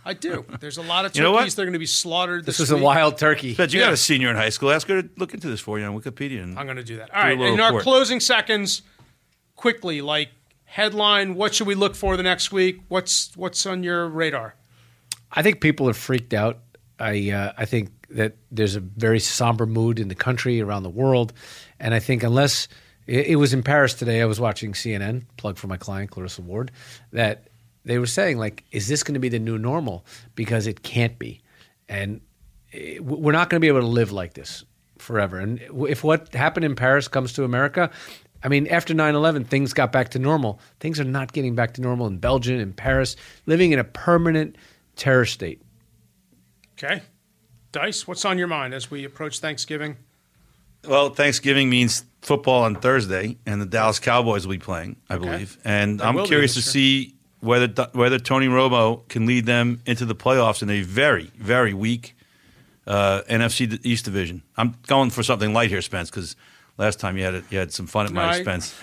S2: I do. There's a lot of turkeys.
S3: You know what?
S2: They're going to be slaughtered. This,
S4: This was a
S2: week.
S4: wild turkey.
S3: But you
S2: Yeah.
S3: got a senior in high school. Ask her to look into this for you on Wikipedia. And
S2: I'm going to do that. All
S3: a
S2: right.
S3: little
S2: In our
S3: report.
S2: closing seconds, quickly, like headline, what should we look for the next week? What's what's on your radar?
S4: I think people are freaked out. I uh, I think that there's a very somber mood in the country around the world, and I think unless it, it was in Paris today, I was watching CNN plug for my client Clarissa Ward that they were saying like, is this going to be the new normal? Because it can't be, and eh, w- we're not going to be able to live like this forever. And w- if what happened in Paris comes to America, I mean, after 9 11, things got back to normal. Things are not getting back to normal in Belgium and Paris, living in a permanent terror state.
S2: Okay. Dice, what's on your mind as we approach Thanksgiving?
S3: well, Thanksgiving means football on Thursday, and the Dallas Cowboys will be playing, I believe. And
S2: They will
S3: I'm
S2: be
S3: curious to
S2: this
S3: see whether whether Tony Romo can lead them into the playoffs in a very very weak uh, NFC East division. I'm going for something light here, Spence, because Last time you had it, you had some fun at my
S2: I-
S3: expense.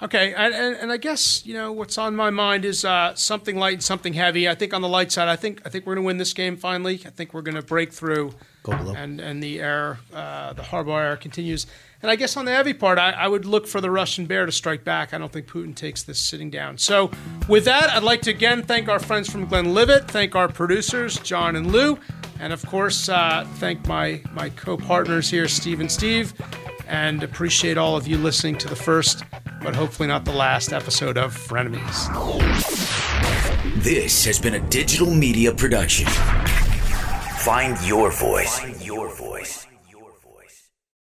S2: Okay, and, and, and I guess you know what's on my mind is uh, something light and something heavy. I think on the light side, I think I think we're going to win this game finally. I think we're going to break through,
S4: Go below.
S2: and and the air, uh, the Harbaugh air continues. And I guess on the heavy part, I, I would look for the Russian bear to strike back. I don't think Putin takes this sitting down. So with that, I'd like to again thank our friends from Glenlivet, thank our producers John and Lou, and of course uh, thank my my co-partners here, Steve and Steve, and appreciate all of you listening to the first but hopefully not the last episode of Frenemies.
S5: This has been a digital media production. Find your voice. Find your voice.